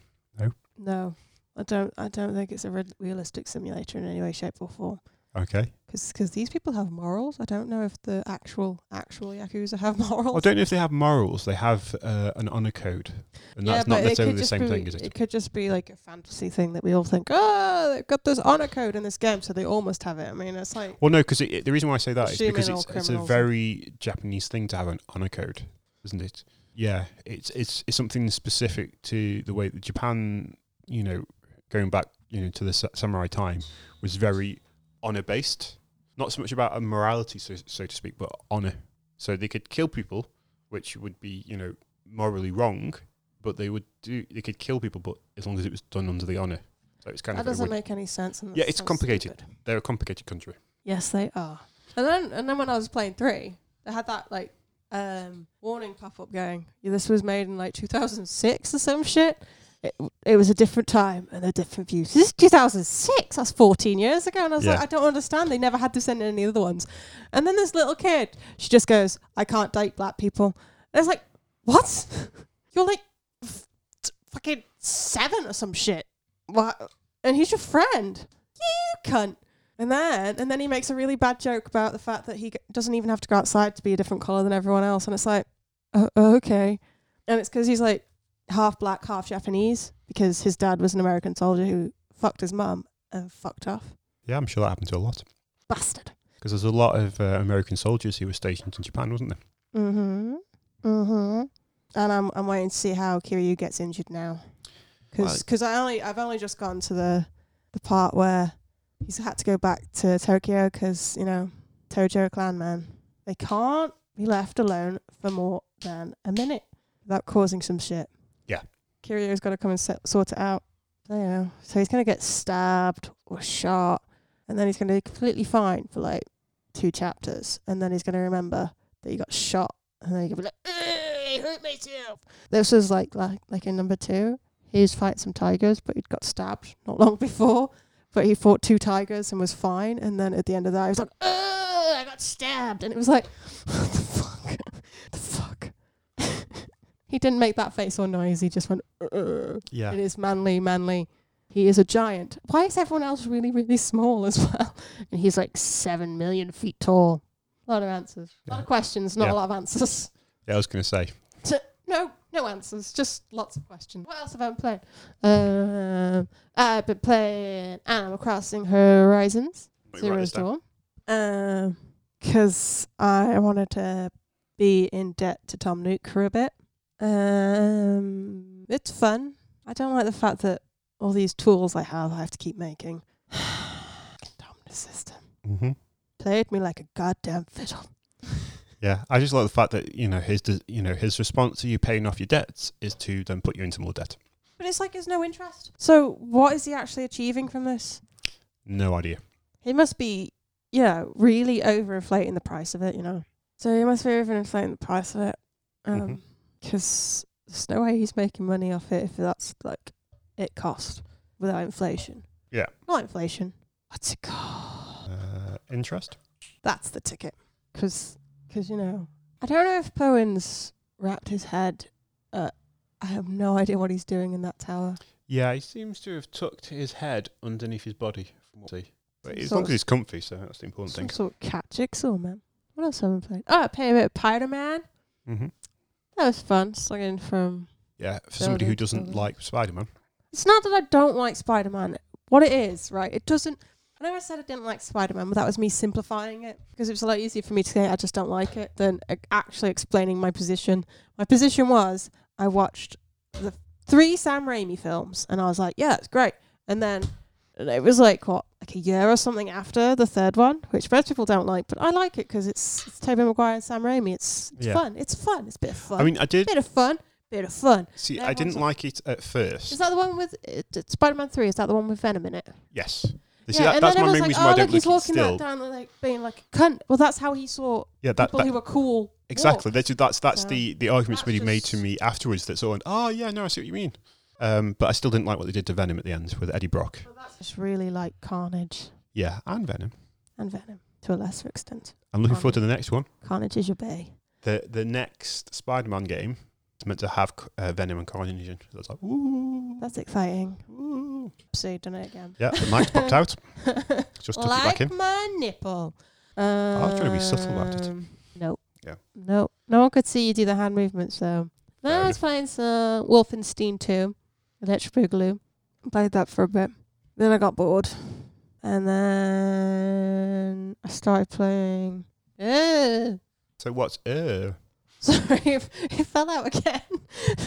No, I don't. I don't think it's a re- realistic simulator in any way, shape, or form. Okay. because these people have morals. I don't know if the actual actual yakuza have morals. I don't know if they have morals. They have uh, an honor code, and that's not but it necessarily could the just same be, thing, is it? It could just be like a fantasy thing that we all think, oh, they've got this honor code in this game, so they almost have it. I mean, it's like, Well, no, because it, it- the reason why I say that is Assuming because all it's, it's a criminals- very Japanese thing to have an honor code, isn't it? Yeah, it's it's it's something specific to the way that Japan, you know, going back, you know, to the sa- samurai time, was very honor based. Not so much about a morality, so, so to speak, but honor. So they could kill people, which would be, you know, morally wrong, but they would do they could kill people, but as long as it was done under the honor. So it's kind that of it doesn't would- make any sense. and Yeah, that it's sounds complicated. stupid. they're a complicated country. Yes, they are. And then, and then when I was playing three, they had that like um, warning pop up going, yeah, "This was made in like 2006 or some shit." It, it was a different time and a different view. This is 2006. That's 14 years ago, and I was like, Yeah. I don't understand. They never had this in any other ones. And then this little kid, she just goes, "I can't date black people." And it's like, what? You're like f- t- fucking seven or some shit. What? And he's your friend. You cunt. And then, and then he makes a really bad joke about the fact that he g- doesn't even have to go outside to be a different color than everyone else. And it's like, uh, okay. And it's because he's like half black, half Japanese, because his dad was an American soldier who fucked his mum and fucked off. Yeah, I'm sure that happened to a lot. Bastard. Because there's a lot of uh, American soldiers who were stationed in Japan, wasn't there? Mm-hmm. Mm-hmm. And I'm I'm waiting to see how Kiryu gets injured now, because Well- I only I've only just gone to the the part where he's had to go back to Tokyo because you know Tojo clan man they can't be left alone for more than a minute without causing some shit. Yeah. Kiryu's got to come and se- sort it out. So, you know, so he's gonna get stabbed or shot, and then he's gonna be completely fine for like two chapters, and then he's gonna remember that you got shot, and then you could be like, "Ugh, I hurt myself. This was like like like in number two, he was fighting some tigers, but he'd got stabbed not long before. But he fought two tigers and was fine, and then at the end of that, he was like, Ugh, I got stabbed, and it was like, what the fuck, the fuck. he didn't make that face or noise. He just went, Ugh. Yeah. It is manly, manly. He is a giant. Why is everyone else really, really small as well? And he's like seven million feet tall. A lot of answers. A lot Yeah. of questions, not Yeah. a lot of answers. Yeah, I was going to say. No, no answers. Just lots of questions. What else have I been playing? Um, I've been playing Animal Crossing Horizons Zero's Dawn. Um, because I wanted to be in debt to Tom Nook for a bit. Um, it's fun. I don't like the fact that all these tools I have, I have to keep making. Domino system hmm played me like a goddamn fiddle. Yeah, I just like the fact that you know his de- you know his response to you paying off your debts is to then put you into more debt. But it's like there's no interest. So what is he actually achieving from this? No idea. He must be, you know, really overinflating the price of it, you know. So he must be overinflating the price of it. Um Mhm. 'cause there's no way he's making money off it if that's like it cost without inflation. Yeah. Not inflation. What's it called? Uh, interest. That's the ticket. 'Cause 'cause, you know, I don't know if Poen's wrapped his head. Uh, I have no idea what he's doing in that tower. Yeah, he seems to have tucked his head underneath his body. From what I see. But as Sort long of- as he's comfy, so that's the important Some thing. sort of cat jigsaw, man. What else have I played? Oh, I played a bit of Pyro Man. hmm That was fun. Slugging from. Yeah, for somebody who doesn't Building. like Spider-Man. It's not that I don't like Spider Man. What it is, right? It doesn't. I know I said I didn't like Spider Man, but that was me simplifying it because it was a lot easier for me to say I just don't like it than ac- actually explaining my position. My position was I watched the three Sam Raimi films and I was like, yeah, it's great. And then and it was like, what, like a year or something after the third one, which most people don't like, but I like it because it's, it's Tobey Maguire and Sam Raimi. It's, it's Yeah. fun. It's fun. It's a bit of fun. I mean, I did bit of fun. Bit of fun. see. no, I didn't one's- like it at first. Is that the one with uh, Spider Man 3? Is that the one with Venom in it? yes. You see, that, that's my everyone's main reason why I don't "Oh, he's like it walking still. that down, the, like being like a cunt. Well, that's how he saw yeah, that, people that who were cool. Exactly. walk. That's that's that's So the the argument that's somebody made to just- me afterwards. That's all. Oh yeah, no, I see what you mean. Um, but I still didn't like what they did to Venom at the end with Eddie Brock. It's really like Carnage Yeah, and Venom. and Venom to a lesser extent. I'm looking Oh, forward to the next one. Carnage is your bay. The the next Spider-Man game is meant to have uh, Venom and Carnage. in. So it's like ooh, That's exciting. ooh. So done it again. Yeah, the mic's popped out. Just took it back like in. my nipple. was trying to be subtle about it. Um, Nope. Yeah. Nope. No one could see you do the hand movements though. Then Fair I was playing some uh, Wolfenstein 2, Electric Boogaloo. Played that for a bit. Then I got bored. And then I started playing. Ugh. So what's uh? Sorry, it, it fell out again.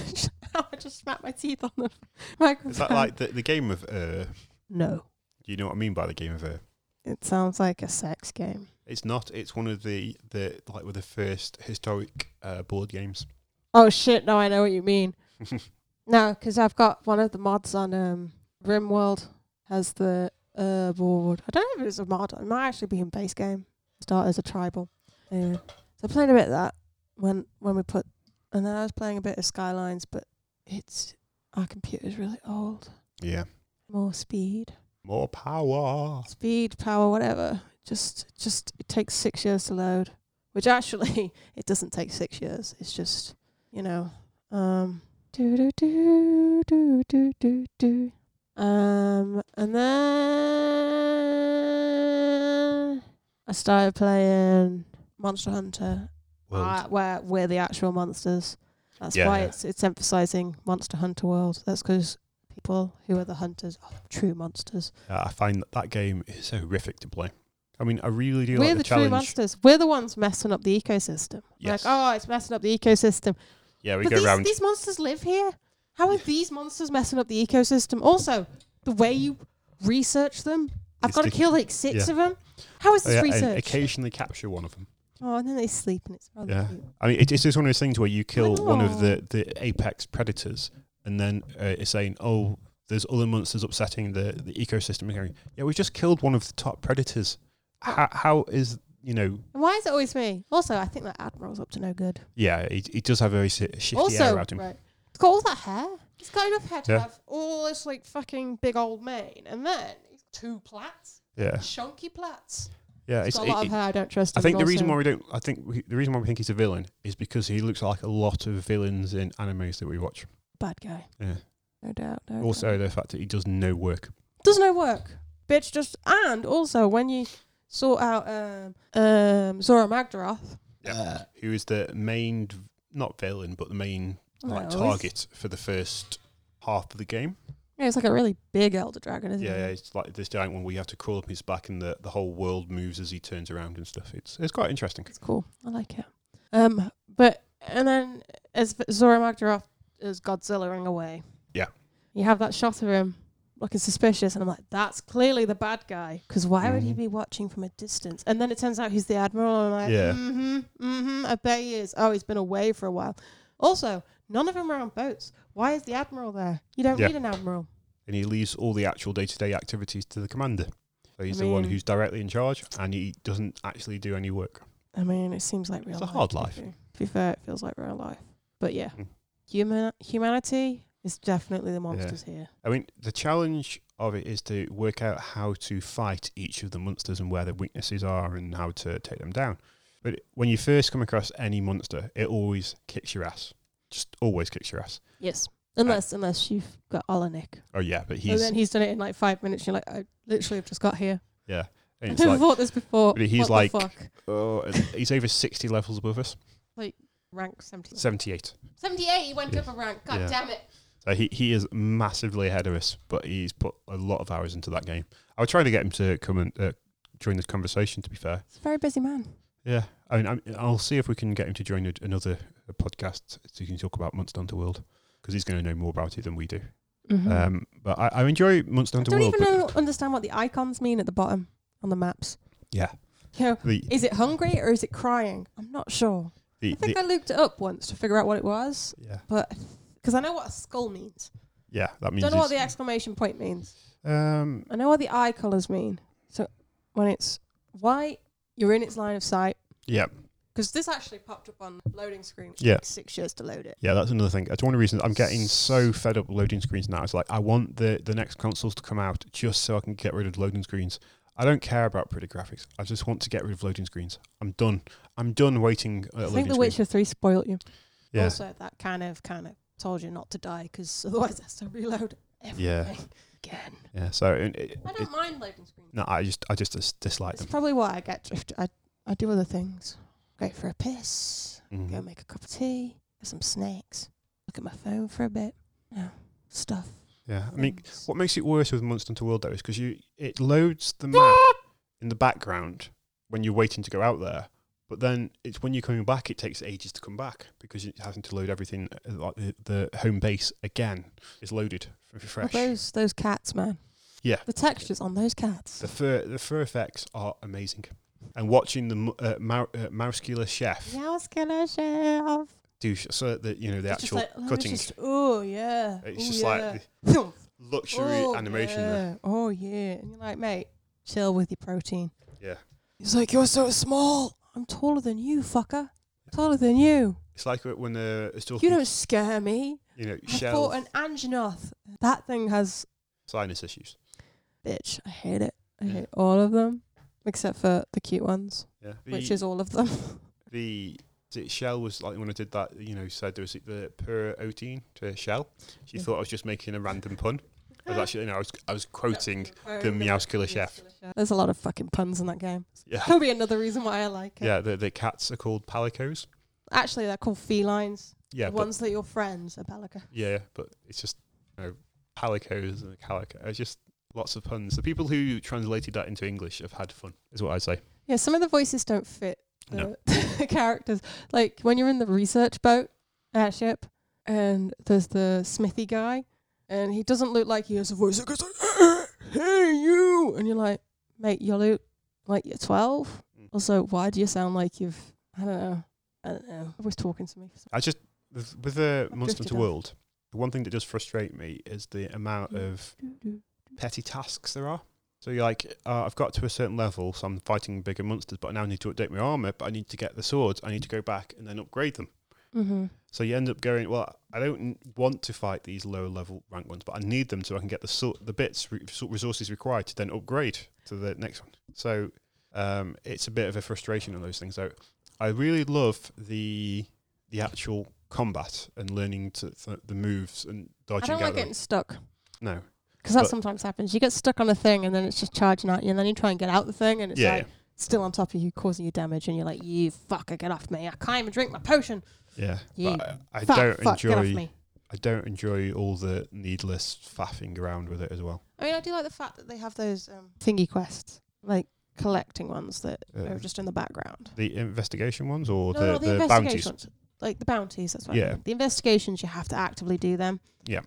I just smacked my teeth on the microphone. Is that like the, the game of uh? No. Do you know what I mean by the game of uh? It sounds like a sex game. It's not. It's one of the the like one of the first historic uh, board games. Oh shit! No, I know what you mean. No, 'cause I've got one of the mods on um, RimWorld has the uh, board. I don't know if it's a mod. It might actually be in base game. Start as a tribal. Anyway, so I played a bit of that when when we put, and then I was playing a bit of Skylines, but it's our computer's really old. yeah. More speed, More power. speed, power, whatever. Just just it takes six years to load, which actually it doesn't take six years. It's just you know. Um, do do do do do do do. Um, and then I started playing Monster Hunter, World. uh, where we're the actual monsters. That's Yeah, why yeah. it's it's emphasizing Monster Hunter World. That's 'cause people who are the hunters are true monsters. Uh, I find that that game is horrific to play. I mean, I really do we're like the, the true challenge. monsters. We're the ones messing up the ecosystem. Yes. Like, oh, it's messing up the ecosystem. yeah, we but go these, round. these monsters live here. How are these monsters messing up the ecosystem? Also, the way you research them, I've It's got to diff- kill like six yeah. of them. How is Oh, this yeah, and research? occasionally capture one of them. Oh, and then they sleep and it's rather Yeah. cute. I mean, it, it's just one of those things where you kill one know. of the, the apex predators, and then uh, it's saying, "Oh, there's other monsters upsetting the, the ecosystem." And going, yeah, we've just killed one of the top predators. How, how is you know? And why is it always me? Also, I think that admiral's up to no good. Yeah, he, he does have a very si- shifty also, air about him. right, he's got all that hair. He's got enough hair to Yeah. have all this like fucking big old mane, and then he's two plaits, Yeah, chunky plaits. yeah. He's It's, got it- a lot it- of hair. I don't trust. I him, think and the reason why also- we don't, I think we, the reason why we think he's a villain is because he looks like a lot of villains in animes that we watch. bad guy, Yeah. no doubt. No doubt. Also, the fact that he does no work. does no work, bitch. Just and also when you sort out um um Zora Magdaroth, Who is the main, v- not villain, but the main like No, target for the first half of the game. Yeah, it's like a really big elder dragon, isn't Yeah, yeah, it? it's like this giant one where you have to crawl up his back and the, the whole world moves as he turns around and stuff. It's it's quite interesting. It's cool. I like it. Um, but and then as Zora Magdaroth is Godzillaing away. Yeah. You have that shot of him looking suspicious, and I'm like, that's clearly the bad guy. Because why would he Mhm. be watching from a distance? And then it turns out he's the admiral, and I'm like, Yeah. mm-hmm, mm-hmm. I bet he is. Oh, he's been away for a while. Also, none of them are on boats. Why is the admiral there? You don't Yeah. need an admiral. And he leaves all the actual day to day activities to the commander. So he's the one mean- who's directly in charge and he doesn't actually do any work. I mean, it seems like real. a life, hard to be life. fair. To be fair, it feels like real life. But yeah, Mm. human humanity is definitely the monsters here. I mean, the challenge of it is to work out how to fight each of the monsters and where their weaknesses are and how to take them down. But when you first come across any monster, it always kicks your ass. Just always kicks your ass. Yes, unless unless you've got Olenek, Oh yeah, but and he's then he's done it in like five minutes. You're like, I literally have just got here. yeah, I've and it's never like fought this before. But he's what like- the fuck? oh, and he's over sixty levels above us, rank 70. seventy eight. 78. He went Yeah. up a rank. God Yeah. damn it. So he, he is massively ahead of us, but he's put a lot of hours into that game. I was trying to get him to come and uh, join this conversation. To be fair, He's a very busy man. Yeah, I mean, I'm, I'll see if we can get him to join a, another uh, podcast so he can talk about Monster Hunter World because he's going to know more about it than we do. Um, but I, I enjoy Monster Hmm. I Mm-hmm. Hunter don't World. even but know, understand what the icons mean at the bottom on the maps. Yeah, You know, the, is it hungry or is it crying? I'm not sure. the, I think the- I looked it up once to figure out what it was, yeah, but because I know what a skull means. yeah, that means. Don't know what the it's- exclamation point means. um, I know what the eye colours mean. So when it's white, you're in its line of sight. yeah, Because this actually popped up on loading screen. It Yeah. took six years to load it. yeah, that's another thing. That's one of the reasons I'm getting so fed up with loading screens now. It's like I want the the next consoles to come out just so I can get rid of loading screens. I don't care about pretty graphics. I just want to get rid of loading screens. I'm done. I'm done waiting. At a I loading think The screen. Witcher 3 spoiled you. Yeah. Also, that kind of kind of told you not to die because otherwise it has to reload everything. Yeah. again. Yeah, so it, it, I it- don't mind loading screens. no, I just I just dis- dislike It's them. probably why I get drift. I, I do other things. Go for a piss. Mhm. Go make a cup of tea. Have some snacks. Look at my phone for a bit. No stuff. Yeah, I mean, things. what makes it worse with Monster Hunter World though is because you it loads the map in the background when you're waiting to go out there, but then it's when you're coming back it takes ages to come back because it's having to load everything uh, like the, the home base again is loaded f- f- Well, fresh. those those cats, man. Yeah. The textures on those cats. The fur the fur effects are amazing, and watching the mo- uh, mou- uh, mouse killer chef yeah, I was gonna shove. do sh- so that you know the It's just actual like, oh, cutting. It's just, oh yeah. it's oh, just yeah. like Phew. the luxury Oh, animation. Yeah. there. Oh yeah. And you're like, mate, chill with your protein. Yeah. He's like, you're so small. I'm taller than you, fucker. Taller than you. It's like when uh, it's You talking, you, don't scare me. know, I shell fought an Anginoth. That thing has sinus issues. bitch. I hate it. I Yeah. hate all of them except for the cute ones, Yeah, which The- is all of them. the is it Shell was like when I did that, you know, said there was the per oteen to Shell. She Yeah. thought I was just making a random pun. I was actually, you know, I was, I was quoting. the Meow's Killer Chef. There's a lot of fucking puns in that game. Yeah, Could be another reason why I like it. yeah. The, the cats are called palicos. Actually, they're called felines. Yeah, the but, ones that your friends are pelican. yeah, but it's just you know, palicos and calico. It's just lots of puns. The people who translated that into English have had fun, is what I say. Yeah, some of the voices don't fit the, No. the characters. Like when you're in the research boat airship, and there's the Smithy guy, and he doesn't look like he has a voice. It goes like, "Hey you," and you're like, "Mate, you look like you're 12." Mm. Also, why do you sound like you've I don't know. I don't know. Always talking to me. For some- I just with with the I've Monster drifted Hunter off. World. The one thing that does frustrate me is the amount Mm. of petty tasks there are. So you're like, uh, I've got to a certain level, so I'm fighting bigger monsters, but I now need to update my armor, but I need to get the swords. I need to go back and then upgrade them. Mm-hmm. So you end up going, well, I don't n- want to fight these lower level rank ones, but I need them so I can get the sort the bits re- sort resources required to then upgrade to the next one. So um, it's a bit of a frustration on those things. So I really love the the actual combat and learning to th- the moves and I dodging. don't like getting stuck. No. 'Cause that But- sometimes happens. You get stuck on a thing, and then it's just charging at you, and then you try and get out the thing, and it's Yeah, like still on top of you, causing you damage, and you're like, "You fucker, get off me! I can't even drink my potion." Yeah. You But I, I fuck, don't fuck, enjoy. Get off me. I don't enjoy all the needless faffing around with it as well. I mean, I do like the fact that they have those um, thingy quests, like collecting ones that Uh, are just in the background. The investigation ones or no, the, no, the, the bounties. investigations, like the bounties. That's what I Yeah. mean. The investigations you have to actively do them. Yeah.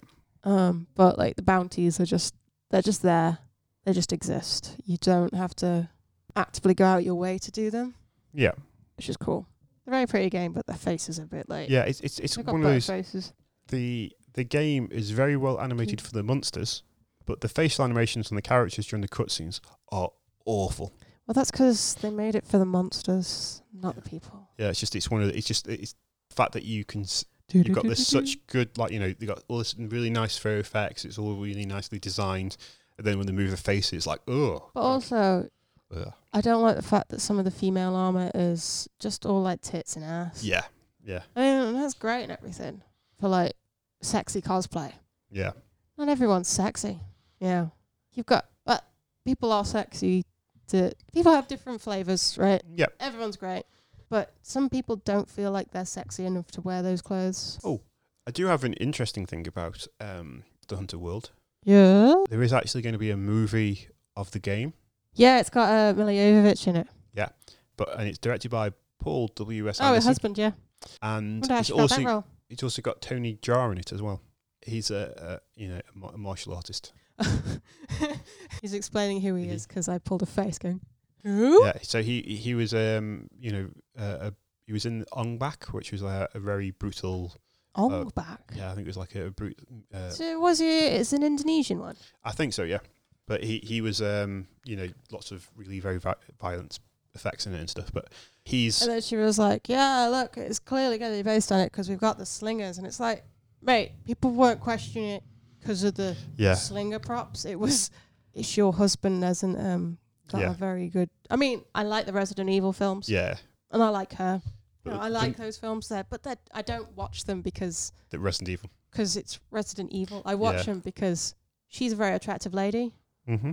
Um, but like the bounties are just they're just there. They just exist. You don't have to actively go out your way to do them, Yeah, which is cool. They're a very pretty game, but their faces are a bit like yeah. It's it's, it's They've got one of better those. faces. The the game is very well animated for the monsters, but the facial animations on the characters during the cutscenes are awful. Well, that's 'cause they made it for the monsters, not Yeah. the people. Yeah, it's just it's one of the, it's just it's the fact that you can s- you've got this such good like you know they got all this really nice fur effects. It's all really nicely designed, and then when they move the face, it's like oh. But also, Ugh. I don't like the fact that some of the female armor is just all like tits and ass. Yeah, yeah, I mean, that's great and everything for like sexy cosplay. yeah. Not everyone's sexy. Yeah. You've got, but people are sexy. To, people have different flavors, right? Yeah, Everyone's great. But some people don't feel like they're sexy enough to wear those clothes. Oh. I do have an interesting thing about um, the Hunter World. Yeah. There is actually going to be a movie of the game, Yeah, it's got uh, Mila Jovovich in it. but and it's directed by Paul W S Oh, her Anderson, husband, yeah. and Wonder how it's she got that also role. it's also got Tony Jaa in it as well. He's a, a you know a, mar- a martial artist. He's explaining who he Mhm. is 'cause I pulled a face going, who? Yeah, so he he was um you know uh, a, he was in Ong Bak, which was uh, a, a very brutal. Oh, back. Yeah, I think it was like a brut. Uh, So was it? It's an Indonesian one. I think so, yeah. But he he was um you know lots of really very vi- violent effects in it and stuff. But he's And then she was like, "Yeah, look, it's clearly going to be based on it 'cause we've got the slingers." And it's like, mate, people weren't questioning it 'cause of the yeah slinger props. It was, it's your husband hasn't um got Yeah. a very good. I mean, I like the Resident Evil films, yeah. and I like her. You But know, I the- like those films there, but they're- I don't watch them because the Resident Evil. because it's Resident Evil. I watch Yeah. them because She's a very attractive lady. Mm-hmm.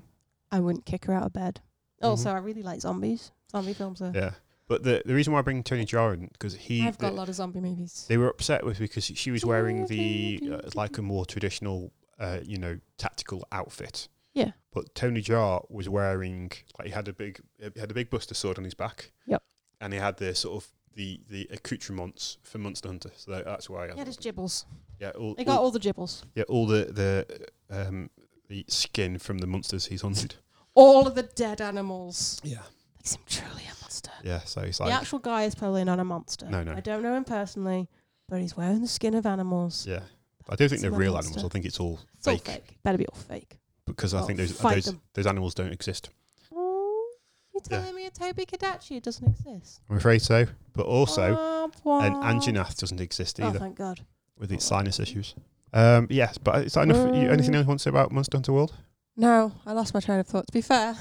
I wouldn't kick her out of bed. Mhm. Also, I really like zombies. Zombie films are. Yeah. But the, the reason why I bring Tony Jaa in because he I've got the- a lot of zombie movies. they were upset with because she was wearing the uh, like a more traditional, uh, you know, tactical outfit. Yeah. But Tony Jaa was wearing like he had a big he had a big Buster sword on his back. Yep. And he had the sort of the the accoutrements for Monster Hunter, so that- that's why. I Yeah, just gibbles. yeah, all, They got all- all the gibbles. yeah, all the the um the skin from the monsters he's hunted. All of the dead animals. Yeah. Makes him truly a monster. Yeah. So it's the like actual guy is probably not a monster. No, no. I don't know him personally, but he's wearing the skin of animals. yeah. I don't think It's they're not a real monster. animals. I think it's all It's all fake. fake. Better be all fake. because I Well, think those fight those, them. those animals don't exist. Oh, you're Yeah. telling me a Toby Kadachi doesn't exist? I'm afraid so. But also, Wah, and wah. Anjanath doesn't exist Oh, either thank God. with its sinus issues. Um, yes, but is that enough? you, anything else you want to say about Monster Hunter World? No, I lost my train of thought. To be fair,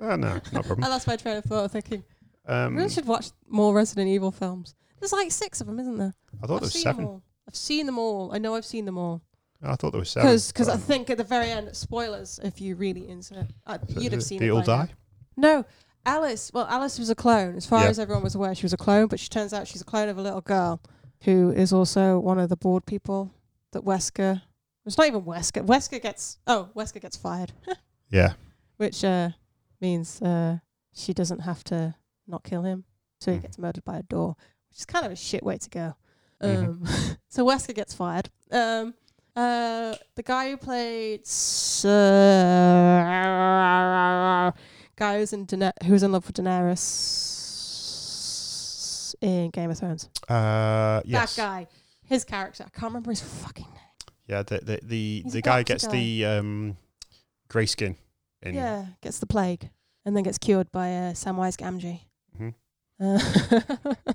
Oh, no, not a I problem. lost my train of thought thinking Um, really should watch more Resident Evil films. There's like six of them, isn't there? I thought I've there was seen seven. them all. I've seen them all. I know I've seen them all. I thought there was seven. Because I Um, think at the very end, spoilers, if you really into it, uh, so you'd have is it seen They it all by now. die. No, Alice. Well, Alice was a clone. As far Yeah. as everyone was aware, she was a clone, but she turns out she's a clone of a little girl who is also one of the board people that Wesker. It's not even Wesker. Wesker gets. Oh, Wesker gets fired, Yeah, which uh, means uh, she doesn't have to not kill him. So he Mhm. gets murdered by a door, which is kind of a shit way to go. Um, Mhm. so Wesker gets fired. Um, uh, the guy who played Sir guy who's in Dana- who's in love with Daenerys in Game of Thrones. uh, yes, That guy, his character. I can't remember his fucking name. yeah. The the the, He's the a guy doctor gets guy. the um, grey skin. In. Yeah, gets the plague and then gets cured by uh, Samwise Gamgee. Mhm.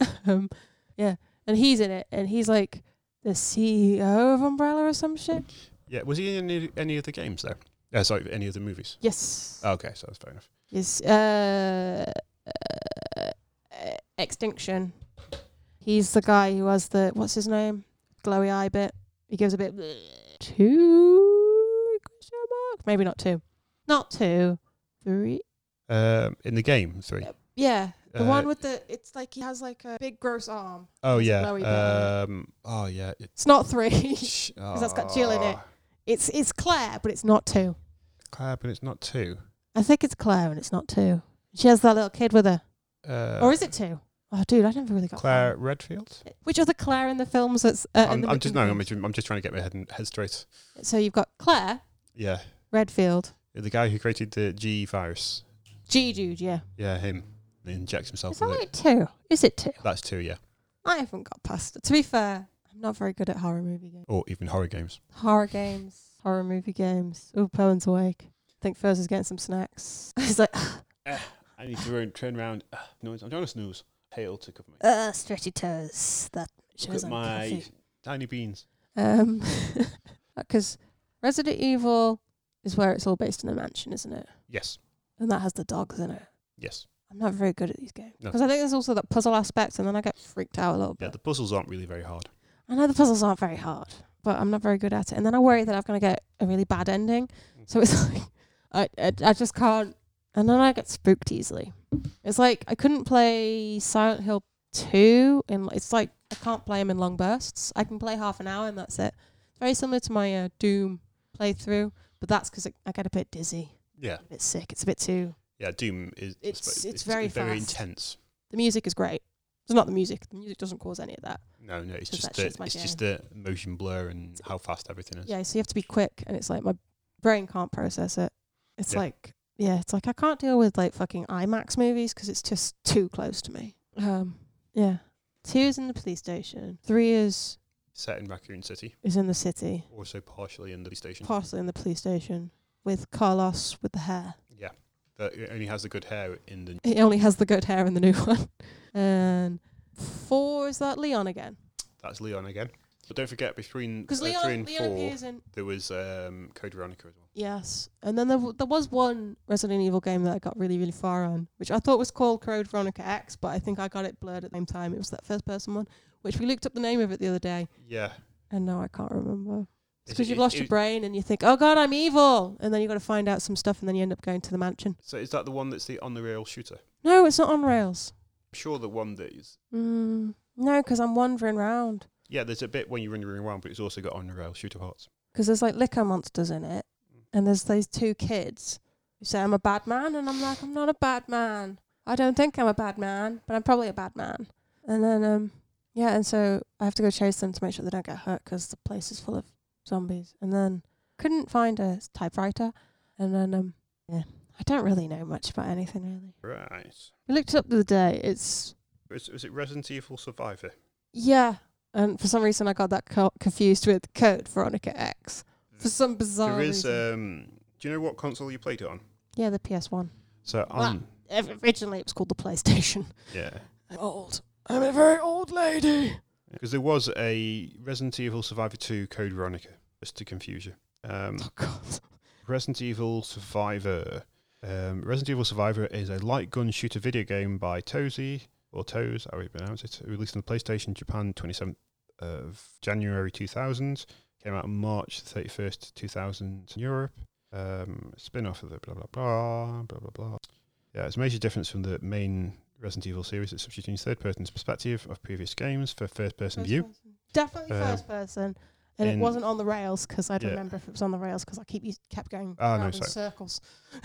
Uh, um, yeah, and he's in it, and he's like the CEO of Umbrella or some shit. Yeah, Was he in any, any of the games though? Uh, sorry, any of the movies? Oh, Yes. Okay, so that's fair enough. is uh, uh, extinction. He's the guy who has the what's his name, glowy eye bit. He gives a bit two question mark, maybe not two, not two, three. Um, in the game three. Yeah, the Uh, one with the it's like he has like a big gross arm. Oh It's yeah. glowy bit on Um, oh yeah. it- It's not three. sh- that's got Jill in it. ah, it's it's Claire, but it's not two. Claire, but it's not two. I think it's Claire, and it's not two. She has that little kid with her, Uh, or is it two? Oh, dude, I never really got Claire Redfield? Which other Claire in the films? That's uh, in I'm, the I'm just no. written I'm films? just, I'm just trying to get my head, and, head straight. So you've got Claire Yeah, Redfield, the guy who created the G virus. G Jude, yeah. Yeah, him. He injects himself Is that with it. like two? Is it two? That's two. Yeah, I haven't got past it. To be fair, I'm not very good at horror movie games. or even horror games. Horror games, horror movie games. Oh, Poland's awake. I think Furs is getting some snacks. He's like, I need to run, turn around. Ah, noise. I'm trying to snooze. Hail to cover my uh, stretchy toes. That shows I'm coffee. tiny beans. Um, because Resident Evil is where it's all based in a mansion, isn't it? Yes, And that has the dogs in it. yes. I'm not very good at these games No. because I think there's also that puzzle aspect, and then I get freaked out a little bit. Yeah, the puzzles aren't really very hard. I know the puzzles aren't very hard, but I'm not very good at it. And then I worry that I'm going to get a really bad ending. So it's like, I, I, I just can't. And then I get spooked easily. It's like I couldn't play Silent Hill 2. And it's like I can't play them in long bursts. I can play half an hour and that's it. It's very similar to my uh, Doom playthrough, but that's because I get a bit dizzy, Yeah, a bit sick. It's a bit too. yeah. Doom is. I It's- suppose, it's very very fast. intense. The music is great. It's not the music. The music doesn't cause any of that. No, no. It's So just that's the, just my it's just the motion blur and how fast everything is. Yeah, so you have to be quick, and it's like my brain can't process it. It's Yeah. like, yeah, it's like I can't deal with like fucking IMAX movies 'cause it's just too close to me. Um, yeah, two is in the police station, three is Set in Raccoon City, is in the city, also partially in the station. partially in the police station with Carlos with the hair. Yeah. That it only has the good hair in the. He only has the good hair in the new one, and four is that Leon again? That's Leon again. But don't forget, between uh, Because three Leon, and Leon four, appears in there was um, Code Veronica as well. Yes, and then there w- there was one Resident Evil game that I got really really far on, which I thought was called Code Veronica X, but I think I got it blurred at the same time. It was that first person one, which we looked up the name of it the other day, Yeah. and now I can't remember. It's It- because you've it- lost your it- brain and you think, oh God, I'm evil. And then you've got to find out some stuff and then you end up going to the mansion. So is that the one that's the on the rail shooter? I'm No, it's not on rails. sure the one that is. Mm, no, because I'm wandering round. Yeah, there's a bit when you're running around, but it's also got on the rail shooter hearts. Because there's like liquor monsters in it. Mm. And there's these two kids who say, I'm a bad man. And I'm like, I'm not a bad man. I don't think I'm a bad man, but I'm probably a bad man. And then, um, yeah, and so I have to go chase them to make sure they don't get hurt because the place is full of zombies. And then couldn't find a s- typewriter. And then, um, yeah, I don't really know much about anything really. Right. We looked it up the other day. It's Is, is it Resident Evil Survivor? yeah, and for some reason I got that co- confused with Code Veronica X for some bizarre Mm. there is. reason. Um, do you know what console you played it on? yeah, the PS One. So Well, on. Originally, it was called the PlayStation. Yeah. I'm old. I'm a very old lady. Because there was a Resident Evil Survivor 2 Code Veronica, just to confuse you. Um, Oh God. Resident Evil Survivor. Um, Resident Evil Survivor is a light gun shooter video game by Tozy, or Toes, how you pronounce it, released on the PlayStation Japan 27th of January 2000. Came out on March 31st, 2000 in Europe. Um, spin off of the blah, blah, blah, blah, blah, blah. Yeah, it's a major difference from the main Resident Evil series. It's substituting third person's perspective of previous games for first person view. Definitely Uh, first person. And it in- wasn't on the rails because I'd Yeah. remember if it was on the rails because I keep us- kept going Ah, no, round in sorry. circles.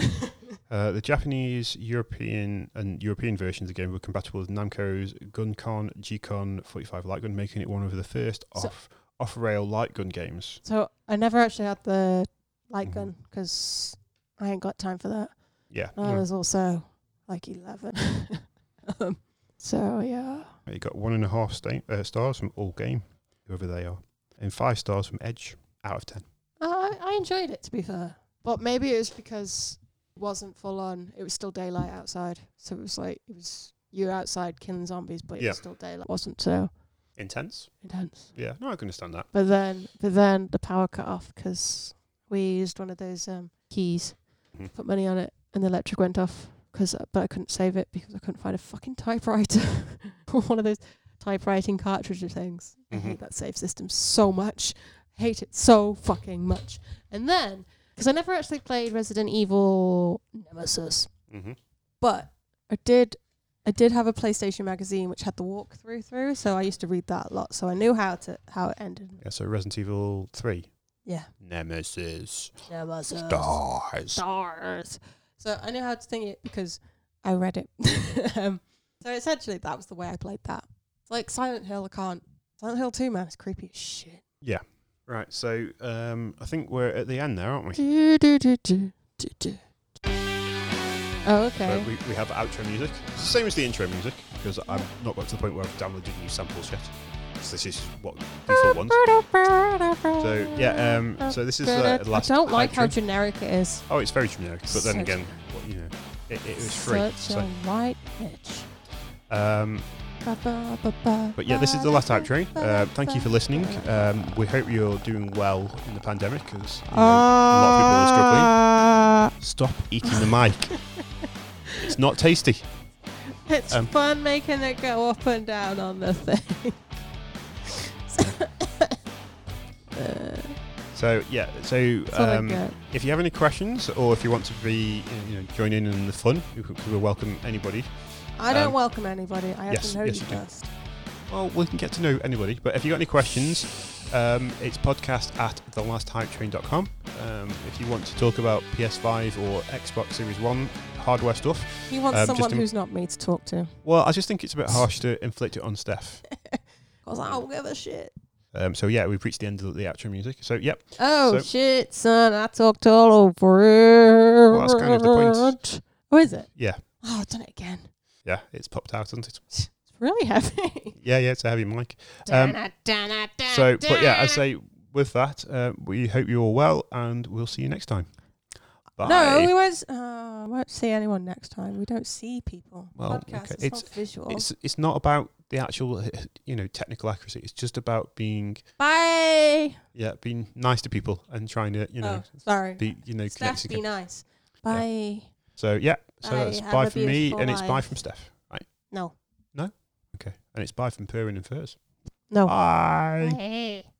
Uh, the Japanese, European, and European versions of the game were compatible with Namco's Guncon G-Con 45 light gun, making it one of the first So- off off rail light gun games. so I never actually had the light Mhm. gun because I ain't got time for that. Yeah, Mm. And I was also like eleven. um, so yeah. it got one and a half sta- uh, stars from All Game, whoever they are, and five stars from Edge out of ten. Uh, I I enjoyed it to be fair, but maybe it was because it wasn't full on. It was still daylight outside, so it was like it was you were outside killing zombies, but it Yeah. was still daylight. It wasn't so Intense. intense. Yeah, no, I can understand that. But then, but then the power cut off 'cause we used one of those um, keys, Mhm. put money on it, and the electric went off. 'Cause uh, but I couldn't save it because I couldn't find a fucking typewriter, one of those typewriting cartridge things. I Mhm. hate that save system so much. Hate it so fucking much. And then, because I never actually played Resident Evil Nemesis, Mm-hmm. but I did, I did have a PlayStation magazine which had the walkthrough through, so I used to read that a lot, so I knew how to how it ended. Yeah, so Resident Evil Three. Yeah. Nemesis. Nemesis. Stars. Stars. So I knew how to sing it because I read it. um, so essentially, that was the way I played that. It's like Silent Hill. I can't. Silent Hill 2, man, it's creepy as shit. Right, so um, I think we're at the end there, aren't we? Do, do, do, do, do, do. Oh, But okay. we, we have outro music. It's the same as the intro music because I've not got to the point where I've downloaded new samples yet. So this is what default ones. So yeah, um, so this is uh, the last. I don't like how outro. generic it is. Oh, it's very generic. But So then again, what, you know, it, it was free. Such So, a white bitch. um, Ba, ba, ba, ba, but yeah, this is the last ba, outro. ba, Uh, thank you for listening. Um, we hope you're doing well in the pandemic because you Uh. know, a lot are of people are struggling. Stop eating the mic. It's not tasty. It's Um, fun making it go up and down on the thing. uh, So yeah, so that's all I um, get. If you have any questions, or if you want to be, you know, join in in the fun, we c- we welcome anybody. I don't um, welcome anybody. I have yes, to know yes, you you do. first. Well, we can get to know anybody. But if you got any questions, um, it's podcast at thelasthypetrain.com. Um, if you want to talk about PS5 or Xbox Series One hardware stuff, He wants Um, just someone to- who's not me to talk to. well, I just think it's a bit harsh to inflict it on Steph. Because I don't give a shit. Um, so yeah, we've reached the end of the outro music. So yep, Oh, So- shit, son. I talked all over it. Well, that's kind of the point. Oh, is it? yeah, Oh, I've done it again. yeah, it's popped out, hasn't it? It's really heavy. Yeah, yeah, it's a heavy mic. Um, so, So, but yeah, uh, I say with that, uh, we hope you're all well, and we'll see you next time. Bye. No, we won't, s- uh, won't see anyone next time. We don't see people. Well, Podcast, okay. it's, It's- not visual. it's it's not about the actual uh, you know technical accuracy. It's just about being Bye. yeah being nice to people and trying to you know oh, sorry. be you know Steph, connected. be nice. Bye. So yeah, so Bye, that's have bye a from me beautiful and it's bye life. from Steph. Right? No. Oh. Okay, and it's bye from Perrin and Furs. No. Bye. Bye.